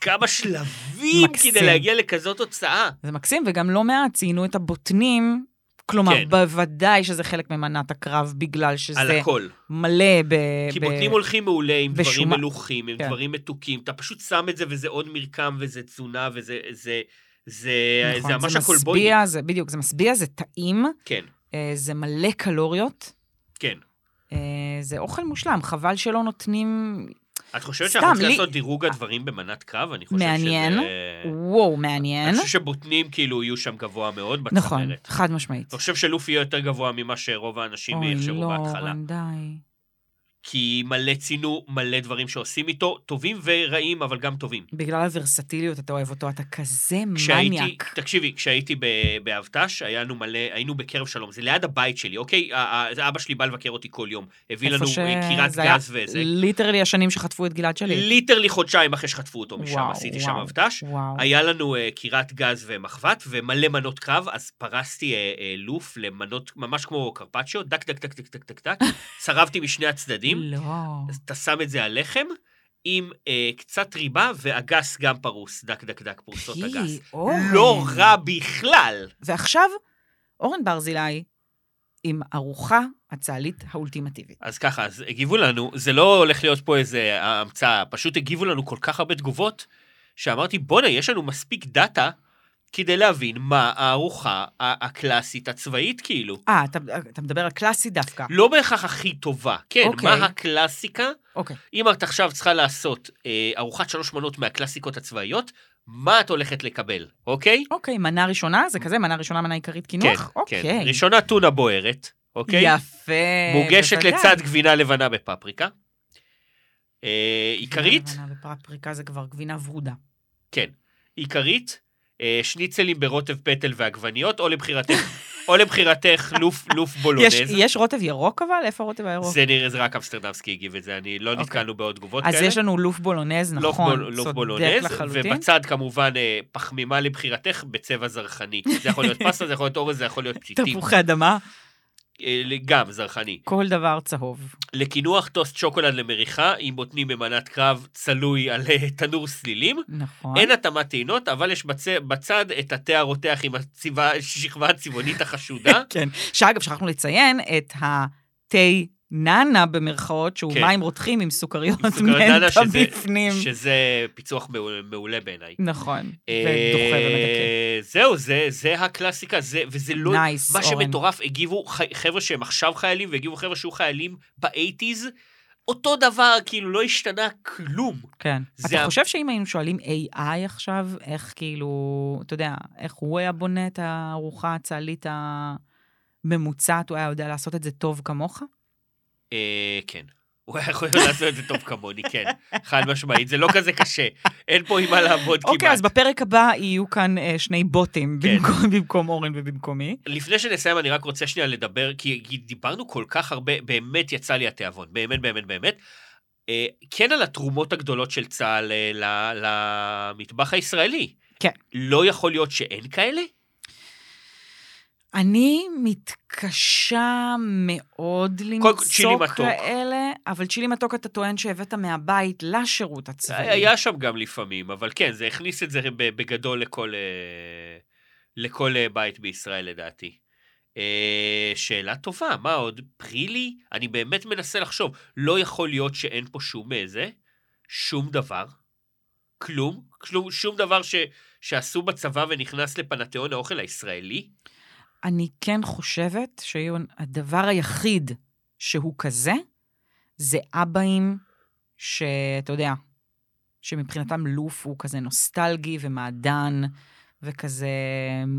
[SPEAKER 2] כמה שלבים
[SPEAKER 3] מקסים.
[SPEAKER 2] כדי להגיע לכזאת תוצאה.
[SPEAKER 3] זה מקסים, וגם לא מעט ציינו את הבוטנים, כלומר,
[SPEAKER 2] כן.
[SPEAKER 3] בוודאי שזה חלק ממנת הקרב, בגלל
[SPEAKER 2] על
[SPEAKER 3] שזה
[SPEAKER 2] הכל.
[SPEAKER 3] מלא ב...
[SPEAKER 2] כי
[SPEAKER 3] אה, ב-
[SPEAKER 2] בוטנים הולכים מעולה עם דברים
[SPEAKER 3] בשומן.
[SPEAKER 2] מלוכים, עם
[SPEAKER 3] כן.
[SPEAKER 2] דברים מתוקים. אתה פשוט שם את זה וזה עוד מרקם וזה תזונה וזה... זה- זה
[SPEAKER 3] נכון,
[SPEAKER 2] זה ממש
[SPEAKER 3] זה
[SPEAKER 2] הכולבוי.
[SPEAKER 3] משביע, זה בדיוק, זה משביע, זה טעים,
[SPEAKER 2] כן,
[SPEAKER 3] אה, זה מלא קלוריות,
[SPEAKER 2] כן.
[SPEAKER 3] אה, זה אוכל מושלם, חבל שלא נותנים...
[SPEAKER 2] את חושבת
[SPEAKER 3] סתם,
[SPEAKER 2] שאנחנו צריכים
[SPEAKER 3] לי-
[SPEAKER 2] לעשות דירוג הדברים במנת קרב? אני חושב שזה...
[SPEAKER 3] מעניין. וואו, מעניין.
[SPEAKER 2] כן. אני חושב שבוטנים כאילו יהיו שם גבוה מאוד בצמרת.
[SPEAKER 3] נכון, חד משמעית.
[SPEAKER 2] אני חושב שלופי יהיה יותר גבוה ממה שרוב האנשים
[SPEAKER 3] אוי,
[SPEAKER 2] יחשבו
[SPEAKER 3] לא,
[SPEAKER 2] בהתחלה.
[SPEAKER 3] רן, די.
[SPEAKER 2] כי מלא צינו, מלא דברים שעושים איתו, טובים ורעים, אבל גם טובים.
[SPEAKER 3] בגלל הוורסטיליות אתה אוהב אותו, אתה כזה
[SPEAKER 2] כשהייתי,
[SPEAKER 3] מניאק.
[SPEAKER 2] תקשיבי, כשהייתי ב- באבט"ש, היה לנו מלא, היינו בקרב שלום, זה ליד הבית שלי, אוקיי? ה- ה- אבא שלי בא לבקר אותי כל יום. הביא
[SPEAKER 3] איפה
[SPEAKER 2] לנו
[SPEAKER 3] ש-
[SPEAKER 2] אה, קירת
[SPEAKER 3] זה היה
[SPEAKER 2] גז וזה.
[SPEAKER 3] ליטרלי השנים שחטפו את גלעד שליט.
[SPEAKER 2] ליטרלי חודשיים אחרי שחטפו אותו משם,
[SPEAKER 3] וואו,
[SPEAKER 2] עשיתי שם
[SPEAKER 3] וואו.
[SPEAKER 2] אבט"ש.
[SPEAKER 3] וואו.
[SPEAKER 2] היה לנו אה, קירת גז ומחבת ומלא מנות קרב, אז פרסתי אה, אה, לוף למנות ממש כמו קרפצ'יו, דק דק דק דק דק דק דק, צרבתי משני הצדדים,
[SPEAKER 3] לא.
[SPEAKER 2] אז אתה שם את זה על לחם עם אה, קצת ריבה ואגס גם פרוס, דק דק דק פרוסות
[SPEAKER 3] פי,
[SPEAKER 2] אגס.
[SPEAKER 3] אורן.
[SPEAKER 2] לא רע בכלל.
[SPEAKER 3] ועכשיו, אורן ברזילי עם ארוחה הצהלית האולטימטיבית.
[SPEAKER 2] אז ככה, אז הגיבו לנו, זה לא הולך להיות פה איזה המצאה, פשוט הגיבו לנו כל כך הרבה תגובות, שאמרתי, בואנה, יש לנו מספיק דאטה כדי להבין מה הארוחה ה- הקלאסית הצבאית, כאילו.
[SPEAKER 3] אה, אתה, אתה מדבר על קלאסי דווקא.
[SPEAKER 2] לא בהכרח הכי טובה, כן,
[SPEAKER 3] אוקיי.
[SPEAKER 2] מה הקלאסיקה?
[SPEAKER 3] אוקיי.
[SPEAKER 2] אם את עכשיו צריכה לעשות אה, ארוחת שלוש מנות מהקלאסיקות הצבאיות, מה את הולכת לקבל, אוקיי?
[SPEAKER 3] אוקיי, מנה ראשונה, זה כזה, מנה ראשונה, מנה עיקרית קינוח? אוקיי.
[SPEAKER 2] כן. ראשונה טונה בוערת, אוקיי?
[SPEAKER 3] יפה.
[SPEAKER 2] מוגשת
[SPEAKER 3] אה, בוודאי.
[SPEAKER 2] לצד גבינה לבנה בפפריקה. אה, עיקרית,
[SPEAKER 3] גבינה לבנה ופרפריקה זה כבר גבינה ורודה.
[SPEAKER 2] כן. עיקרית, אה, שניצלים ברוטב פטל ועגבניות, או לבחירתך, או לבחירתך לוף, לוף
[SPEAKER 3] יש,
[SPEAKER 2] בולונז.
[SPEAKER 3] יש רוטב ירוק אבל? איפה הרוטב הירוק?
[SPEAKER 2] זה נראה, זה רק אמסטרדמסקי הגיב את זה, אני לא
[SPEAKER 3] אוקיי.
[SPEAKER 2] נתקלנו בעוד תגובות
[SPEAKER 3] אז
[SPEAKER 2] כאלה.
[SPEAKER 3] יש לנו לוף בולונז,
[SPEAKER 2] לוף
[SPEAKER 3] נכון.
[SPEAKER 2] בול- לוף
[SPEAKER 3] צודק
[SPEAKER 2] בולונז,
[SPEAKER 3] לחלוטין.
[SPEAKER 2] ובצד כמובן אה, פחמימה לבחירתך בצבע זרחני. זה יכול להיות פסטה, זה יכול להיות אורז, זה יכול להיות פשיטים.
[SPEAKER 3] תפוחי אדמה,
[SPEAKER 2] אה, גם זרחני.
[SPEAKER 3] כל דבר צהוב.
[SPEAKER 2] לקינוח טוסט שוקולד למריחה, עם בוטנים במנת קרב, צלוי על אה, תנור סלילים.
[SPEAKER 3] נכון.
[SPEAKER 2] אין התאמת טעינות, אבל יש בצ- בצד את התה הרותח עם הציבה- השכבה הצבעונית החשודה.
[SPEAKER 3] כן. שאגב, שכחנו לציין את התה נאנה במרכאות, שהוא
[SPEAKER 2] כן.
[SPEAKER 3] מים רותחים עם סוכריות
[SPEAKER 2] סוכריות נאנה,
[SPEAKER 3] מנטה
[SPEAKER 2] שזה-
[SPEAKER 3] בפנים.
[SPEAKER 2] שזה פיצוח מעול- מעולה בעיניי.
[SPEAKER 3] נכון. ודוחה ומדכא.
[SPEAKER 2] אה, זהו, זה- זה הקלאסיקה, זה- וזה לא...
[SPEAKER 3] נייס,
[SPEAKER 2] מה
[SPEAKER 3] אורן.
[SPEAKER 2] שמטורף, הגיבו ח- חבר'ה שהם עכשיו חיילים, והגיבו חבר'ה שהיו חיילים באייטיז, אותו דבר, כאילו לא השתנה כלום.
[SPEAKER 3] כן.
[SPEAKER 2] זה
[SPEAKER 3] אתה
[SPEAKER 2] ה-
[SPEAKER 3] חושב שאם היינו שואלים AI עכשיו, איך כאילו, אתה יודע, איך הוא היה בונה את הארוחה הצה"לית הממוצעת, הוא היה יודע לעשות את זה טוב כמוך?
[SPEAKER 2] אה, כן. הוא היה יכול לעשות את זה טוב כמוני, כן. חד משמעית, זה לא כזה קשה. אין פה עם מה לעבוד כמעט.
[SPEAKER 3] אוקיי, אז בפרק הבא יהיו כאן אה, שני בוטים,
[SPEAKER 2] כן.
[SPEAKER 3] במקום- במקום אורן ובמקומי.
[SPEAKER 2] לפני שנסיים, אני רק רוצה שנייה לדבר, כי, כי דיברנו כל כך הרבה, באמת יצא לי התיאבון, באמת, באמת, באמת. אה, כן על התרומות הגדולות של צה"ל אה, ל- למטבח הישראלי.
[SPEAKER 3] כן.
[SPEAKER 2] לא יכול להיות שאין כאלה?
[SPEAKER 3] אני מתקשה מאוד
[SPEAKER 2] צ'ילי
[SPEAKER 3] למצוא
[SPEAKER 2] מתוק.
[SPEAKER 3] כאלה, אבל צ'ילי מתוק אתה טוען שהבאת מהבית לשירות הצבאי.
[SPEAKER 2] אה, היה שם גם לפעמים, אבל כן, זה הכניס את זה ב- בגדול לכל, אה, לכל אה, בית בישראל, לדעתי. אה, שאלה טובה, מה עוד? פרילי? אני באמת מנסה לחשוב. לא יכול להיות שאין פה שום איזה, שום דבר, כלום, כלום שום דבר ש, שעשו בצבא ונכנס לפנתיאון האוכל הישראלי.
[SPEAKER 3] אני כן חושבת שהדבר היחיד שהוא כזה, זה אבאים שאתה יודע, שמבחינתם לוף הוא כזה נוסטלגי ומעדן, וכזה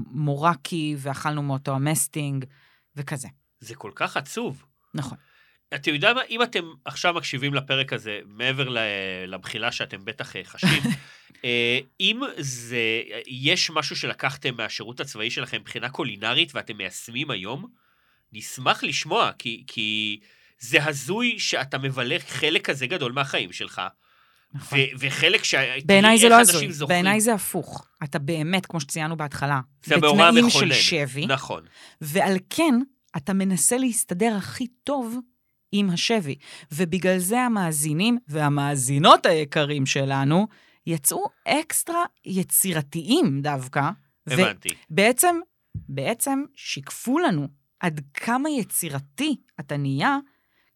[SPEAKER 3] מורקי, ואכלנו מאותו המסטינג, וכזה.
[SPEAKER 2] זה כל כך עצוב.
[SPEAKER 3] נכון.
[SPEAKER 2] אתה יודע מה, אם אתם עכשיו מקשיבים לפרק הזה, מעבר ל- לבחילה שאתם בטח אה, חשים, אה, אם זה, יש משהו שלקחתם מהשירות הצבאי שלכם מבחינה קולינרית ואתם מיישמים היום, נשמח לשמוע, כי, כי זה הזוי שאתה מבלה חלק כזה גדול מהחיים שלך,
[SPEAKER 3] נכון.
[SPEAKER 2] ו- וחלק ש...
[SPEAKER 3] בעיניי זה
[SPEAKER 2] איך
[SPEAKER 3] לא
[SPEAKER 2] אנשים
[SPEAKER 3] הזוי,
[SPEAKER 2] זוכרים.
[SPEAKER 3] בעיניי זה הפוך. אתה באמת, כמו שציינו בהתחלה,
[SPEAKER 2] זה המאורע
[SPEAKER 3] בתנאים של
[SPEAKER 2] המכונן.
[SPEAKER 3] שבי,
[SPEAKER 2] נכון.
[SPEAKER 3] ועל כן אתה מנסה להסתדר הכי טוב עם השבי. ובגלל זה המאזינים והמאזינות היקרים שלנו יצאו אקסטרה יצירתיים דווקא.
[SPEAKER 2] הבנתי.
[SPEAKER 3] ובעצם, בעצם שיקפו לנו עד כמה יצירתי אתה נהיה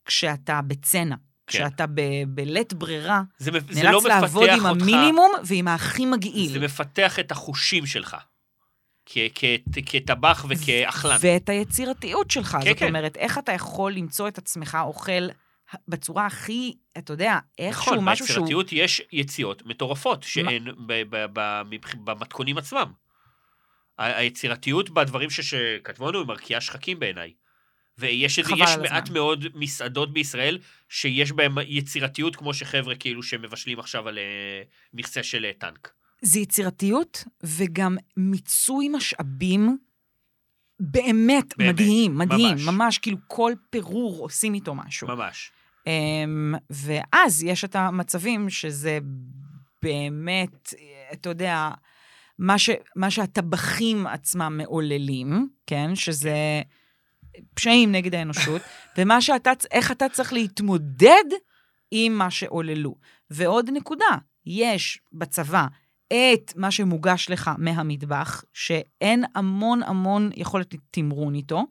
[SPEAKER 3] כשאתה בצנע.
[SPEAKER 2] כן.
[SPEAKER 3] כשאתה ב- בלית ברירה,
[SPEAKER 2] זה, מ- זה
[SPEAKER 3] נאלץ
[SPEAKER 2] לא מפתח
[SPEAKER 3] לעבוד עם
[SPEAKER 2] אותך,
[SPEAKER 3] המינימום ועם הכי מגעיל.
[SPEAKER 2] זה מפתח את החושים שלך. כ- כ- כטבח וכאכלן.
[SPEAKER 3] ואת היצירתיות שלך.
[SPEAKER 2] כן,
[SPEAKER 3] זאת
[SPEAKER 2] כן.
[SPEAKER 3] אומרת, איך אתה יכול למצוא את עצמך אוכל בצורה הכי, אתה יודע, איכשהו,
[SPEAKER 2] נכון,
[SPEAKER 3] משהו שהוא...
[SPEAKER 2] ביצירתיות יש יציאות מטורפות שהן ב- ב- ב- מבח- במתכונים עצמם. ה- היצירתיות בדברים ש- שכתבו לנו היא מרקיעה שחקים בעיניי. ויש איזה-
[SPEAKER 3] חבל
[SPEAKER 2] יש
[SPEAKER 3] על הזמן.
[SPEAKER 2] מעט מאוד מסעדות בישראל שיש בהן יצירתיות, כמו שחבר'ה כאילו שמבשלים עכשיו על אה, מכסה של אה, טנק.
[SPEAKER 3] זה יצירתיות וגם מיצוי משאבים
[SPEAKER 2] באמת,
[SPEAKER 3] באמת, מדהים, מדהים,
[SPEAKER 2] ממש.
[SPEAKER 3] ממש. כאילו כל פירור עושים איתו משהו.
[SPEAKER 2] ממש.
[SPEAKER 3] אמ, ואז יש את המצבים שזה באמת, אתה יודע, מה, ש, מה שהטבחים עצמם מעוללים, כן? שזה פשעים נגד האנושות, ומה שאתה, צ- איך אתה צריך להתמודד עם מה שעוללו. ועוד נקודה, יש בצבא את מה שמוגש לך מהמטבח, שאין המון המון יכולת תמרון איתו,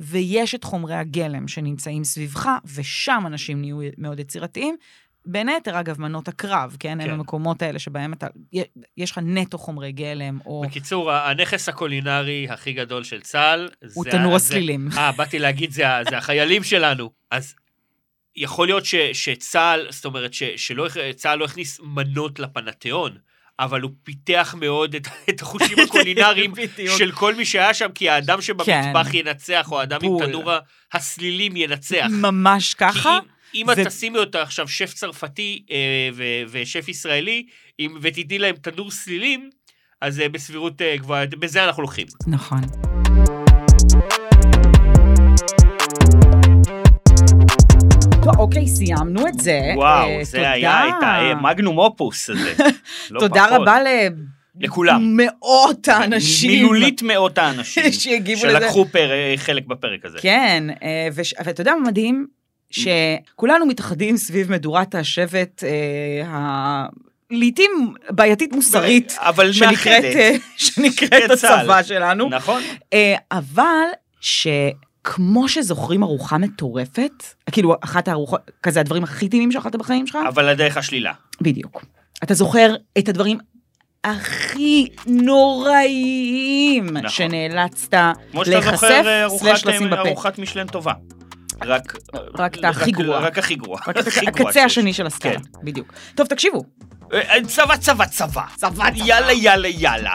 [SPEAKER 3] ויש את חומרי הגלם שנמצאים סביבך, ושם אנשים נהיו מאוד יצירתיים. בין היתר, אגב, מנות הקרב, כן?
[SPEAKER 2] כן.
[SPEAKER 3] הם המקומות האלה שבהם אתה, יש לך נטו חומרי גלם, או...
[SPEAKER 2] בקיצור, ה- הנכס הקולינרי הכי גדול של צה"ל,
[SPEAKER 3] הוא
[SPEAKER 2] זה
[SPEAKER 3] תנור
[SPEAKER 2] ה- זה-
[SPEAKER 3] הסלילים.
[SPEAKER 2] אה, באתי להגיד, זה, ה- זה החיילים שלנו. אז יכול להיות ש, שצה"ל, זאת אומרת, ש, שלא, הכ- צה"ל לא הכניס מנות לפנתיאון, אבל הוא פיתח מאוד את, את החושים הקולינריים
[SPEAKER 3] כן, בדיוק.
[SPEAKER 2] של כל מי שהיה שם, כי האדם שבמטבח
[SPEAKER 3] כן.
[SPEAKER 2] ינצח, או האדם
[SPEAKER 3] בול.
[SPEAKER 2] עם תנור ה- הסלילים ינצח.
[SPEAKER 3] ממש ככה.
[SPEAKER 2] כי אם, אם
[SPEAKER 3] ו-
[SPEAKER 2] את תשימי אותה עכשיו שף צרפתי אה, ו- ושף ישראלי, אם, ותתני להם תנור סלילים, אז אה, בסבירות אה, גבוהה, בזה אנחנו לוקחים.
[SPEAKER 3] נכון. טוב, אוקיי, סיימנו את זה. אה,
[SPEAKER 4] וואו, זה
[SPEAKER 3] תודה.
[SPEAKER 4] היה את המגנום אופוס הזה. לא
[SPEAKER 3] תודה
[SPEAKER 4] פחות.
[SPEAKER 3] רבה ל...
[SPEAKER 4] לכולם.
[SPEAKER 3] מאות האנשים.
[SPEAKER 4] מילולית מאות האנשים.
[SPEAKER 3] שהגיבו לזה.
[SPEAKER 4] שלקחו פר- חלק בפרק הזה.
[SPEAKER 3] כן, אה, וש- ואתה יודע מה מדהים? שכולנו מתאחדים סביב מדורת השבט, אה, ה- לעתים בעייתית מוסרית,
[SPEAKER 4] אבל
[SPEAKER 3] שנקראת,
[SPEAKER 4] מאחדת.
[SPEAKER 3] אה, שנקראת
[SPEAKER 4] צה"ל.
[SPEAKER 3] הצבא שלנו.
[SPEAKER 4] נכון.
[SPEAKER 3] אה, אבל שכמו שזוכרים ארוחה מטורפת, כאילו אחת הארוחות, כזה הדברים הכי טעימים שאכלת בחיים שלך,
[SPEAKER 4] אבל הדרך השלילה.
[SPEAKER 3] בדיוק. אתה זוכר את הדברים הכי נוראיים
[SPEAKER 4] נכון.
[SPEAKER 3] שנאלצת
[SPEAKER 4] כמו שאתה
[SPEAKER 3] להיחשף,
[SPEAKER 4] זוכר אה, ארוחת,
[SPEAKER 3] סלש לשים
[SPEAKER 4] אה,
[SPEAKER 3] בפה.
[SPEAKER 4] ארוחת משלן טובה. רק... אה,
[SPEAKER 3] רק את הכי גרוע.
[SPEAKER 4] רק הכי גרוע.
[SPEAKER 3] רק
[SPEAKER 4] הכי גרוע
[SPEAKER 3] הקצה
[SPEAKER 4] שיש. כן.
[SPEAKER 3] השני של הסקאלה, בדיק. טוב, תקשיבו.
[SPEAKER 4] אה, אה, צבא, צבא, צבא.
[SPEAKER 3] צבא, אה. צבא.
[SPEAKER 4] יאללה, יאללה, יאללה.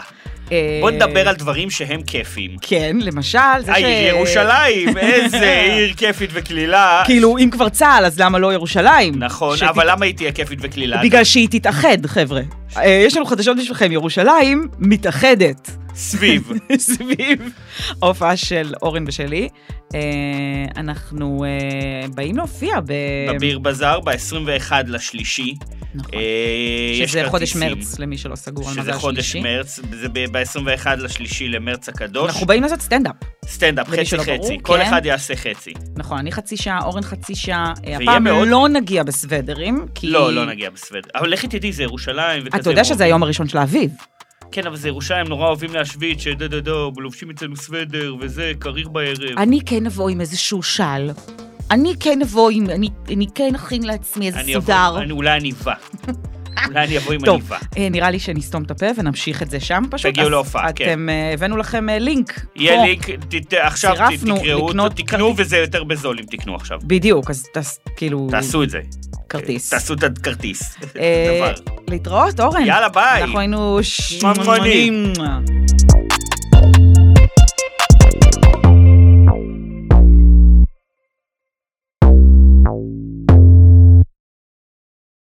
[SPEAKER 4] בוא נדבר על דברים שהם כיפים.
[SPEAKER 3] כן, למשל, זה ש...
[SPEAKER 4] העיר ירושלים, איזה עיר כיפית וקלילה.
[SPEAKER 3] כאילו, אם כבר צה"ל, אז למה לא ירושלים?
[SPEAKER 4] נכון,
[SPEAKER 3] שת-
[SPEAKER 4] אבל למה היא תהיה כיפית וקלילה?
[SPEAKER 3] בגלל שהיא תתאחד, חבר'ה. אה, יש לנו חדשות בשבילכם, ירושלים מתאחדת
[SPEAKER 4] סביב.
[SPEAKER 3] אמ. סביב ההופעה של אורן ושלי. אה, אנחנו אה, באים להופיע ב...
[SPEAKER 4] בביר בזאר, ב-21 לשלישי.
[SPEAKER 3] נכון.
[SPEAKER 4] אה, יש
[SPEAKER 3] שזה חודש
[SPEAKER 4] כרטיסים.
[SPEAKER 3] מרץ, למי שלא סגור על מה
[SPEAKER 4] שזה
[SPEAKER 3] זה
[SPEAKER 4] חודש
[SPEAKER 3] השלישי.
[SPEAKER 4] מרץ, זה ב-21 לשלישי למרץ הקדוש.
[SPEAKER 3] אנחנו באים לעשות סטנדאפ.
[SPEAKER 4] סטנדאפ,
[SPEAKER 3] למי
[SPEAKER 4] חצי
[SPEAKER 3] שלא ברור,
[SPEAKER 4] חצי, כל
[SPEAKER 3] כן.
[SPEAKER 4] אחד יעשה חצי.
[SPEAKER 3] נכון, אני חצי שעה, אורן חצי שעה. אה,
[SPEAKER 4] ויהיה
[SPEAKER 3] הפעם
[SPEAKER 4] מאוד-
[SPEAKER 3] לא נגיע בסוודרים, כי...
[SPEAKER 4] לא, לא נגיע בסוודר. אבל לכי תדעי, זה ירושלים וכזה.
[SPEAKER 3] אתה יודע
[SPEAKER 4] הם
[SPEAKER 3] שזה היום הראשון של האביב.
[SPEAKER 4] אוהבים. כן, אבל זה ירושלים, נורא אוהבים להשוויץ, שדה דה דו, לובשים אצלנו סוודר, וזה, קריר בערב.
[SPEAKER 3] אני כן אבוא עם איזשהו של. אני כן אבוא עם... אני- אני כן אכין לעצמי איזה
[SPEAKER 4] אני אבוא-
[SPEAKER 3] סודר.
[SPEAKER 4] אני- אולי אני אבא. אולי אני אבוא עם
[SPEAKER 3] טוב.
[SPEAKER 4] עניבה.
[SPEAKER 3] אה, נראה לי שנסתום את הפה ונמשיך את זה שם פשוט.
[SPEAKER 4] תגיעו
[SPEAKER 3] אז
[SPEAKER 4] להופעה, כן.
[SPEAKER 3] אתם, אה, הבאנו לכם אה, לינק.
[SPEAKER 4] יהיה
[SPEAKER 3] פה.
[SPEAKER 4] לי, ת- ת- עכשיו ת-
[SPEAKER 3] צירפנו
[SPEAKER 4] תקראו,
[SPEAKER 3] לקנות
[SPEAKER 4] תקנו, וזה יותר בזול אם תקנו עכשיו.
[SPEAKER 3] בדיוק, אז תס- כאילו...
[SPEAKER 4] תעשו את זה.
[SPEAKER 3] כרטיס.
[SPEAKER 4] תעשו את הכרטיס.
[SPEAKER 3] אה,
[SPEAKER 4] דבר.
[SPEAKER 3] להתראות, אורן.
[SPEAKER 4] יאללה, ביי.
[SPEAKER 3] אנחנו היינו
[SPEAKER 4] שמנמנים.
[SPEAKER 3] שמנמנים.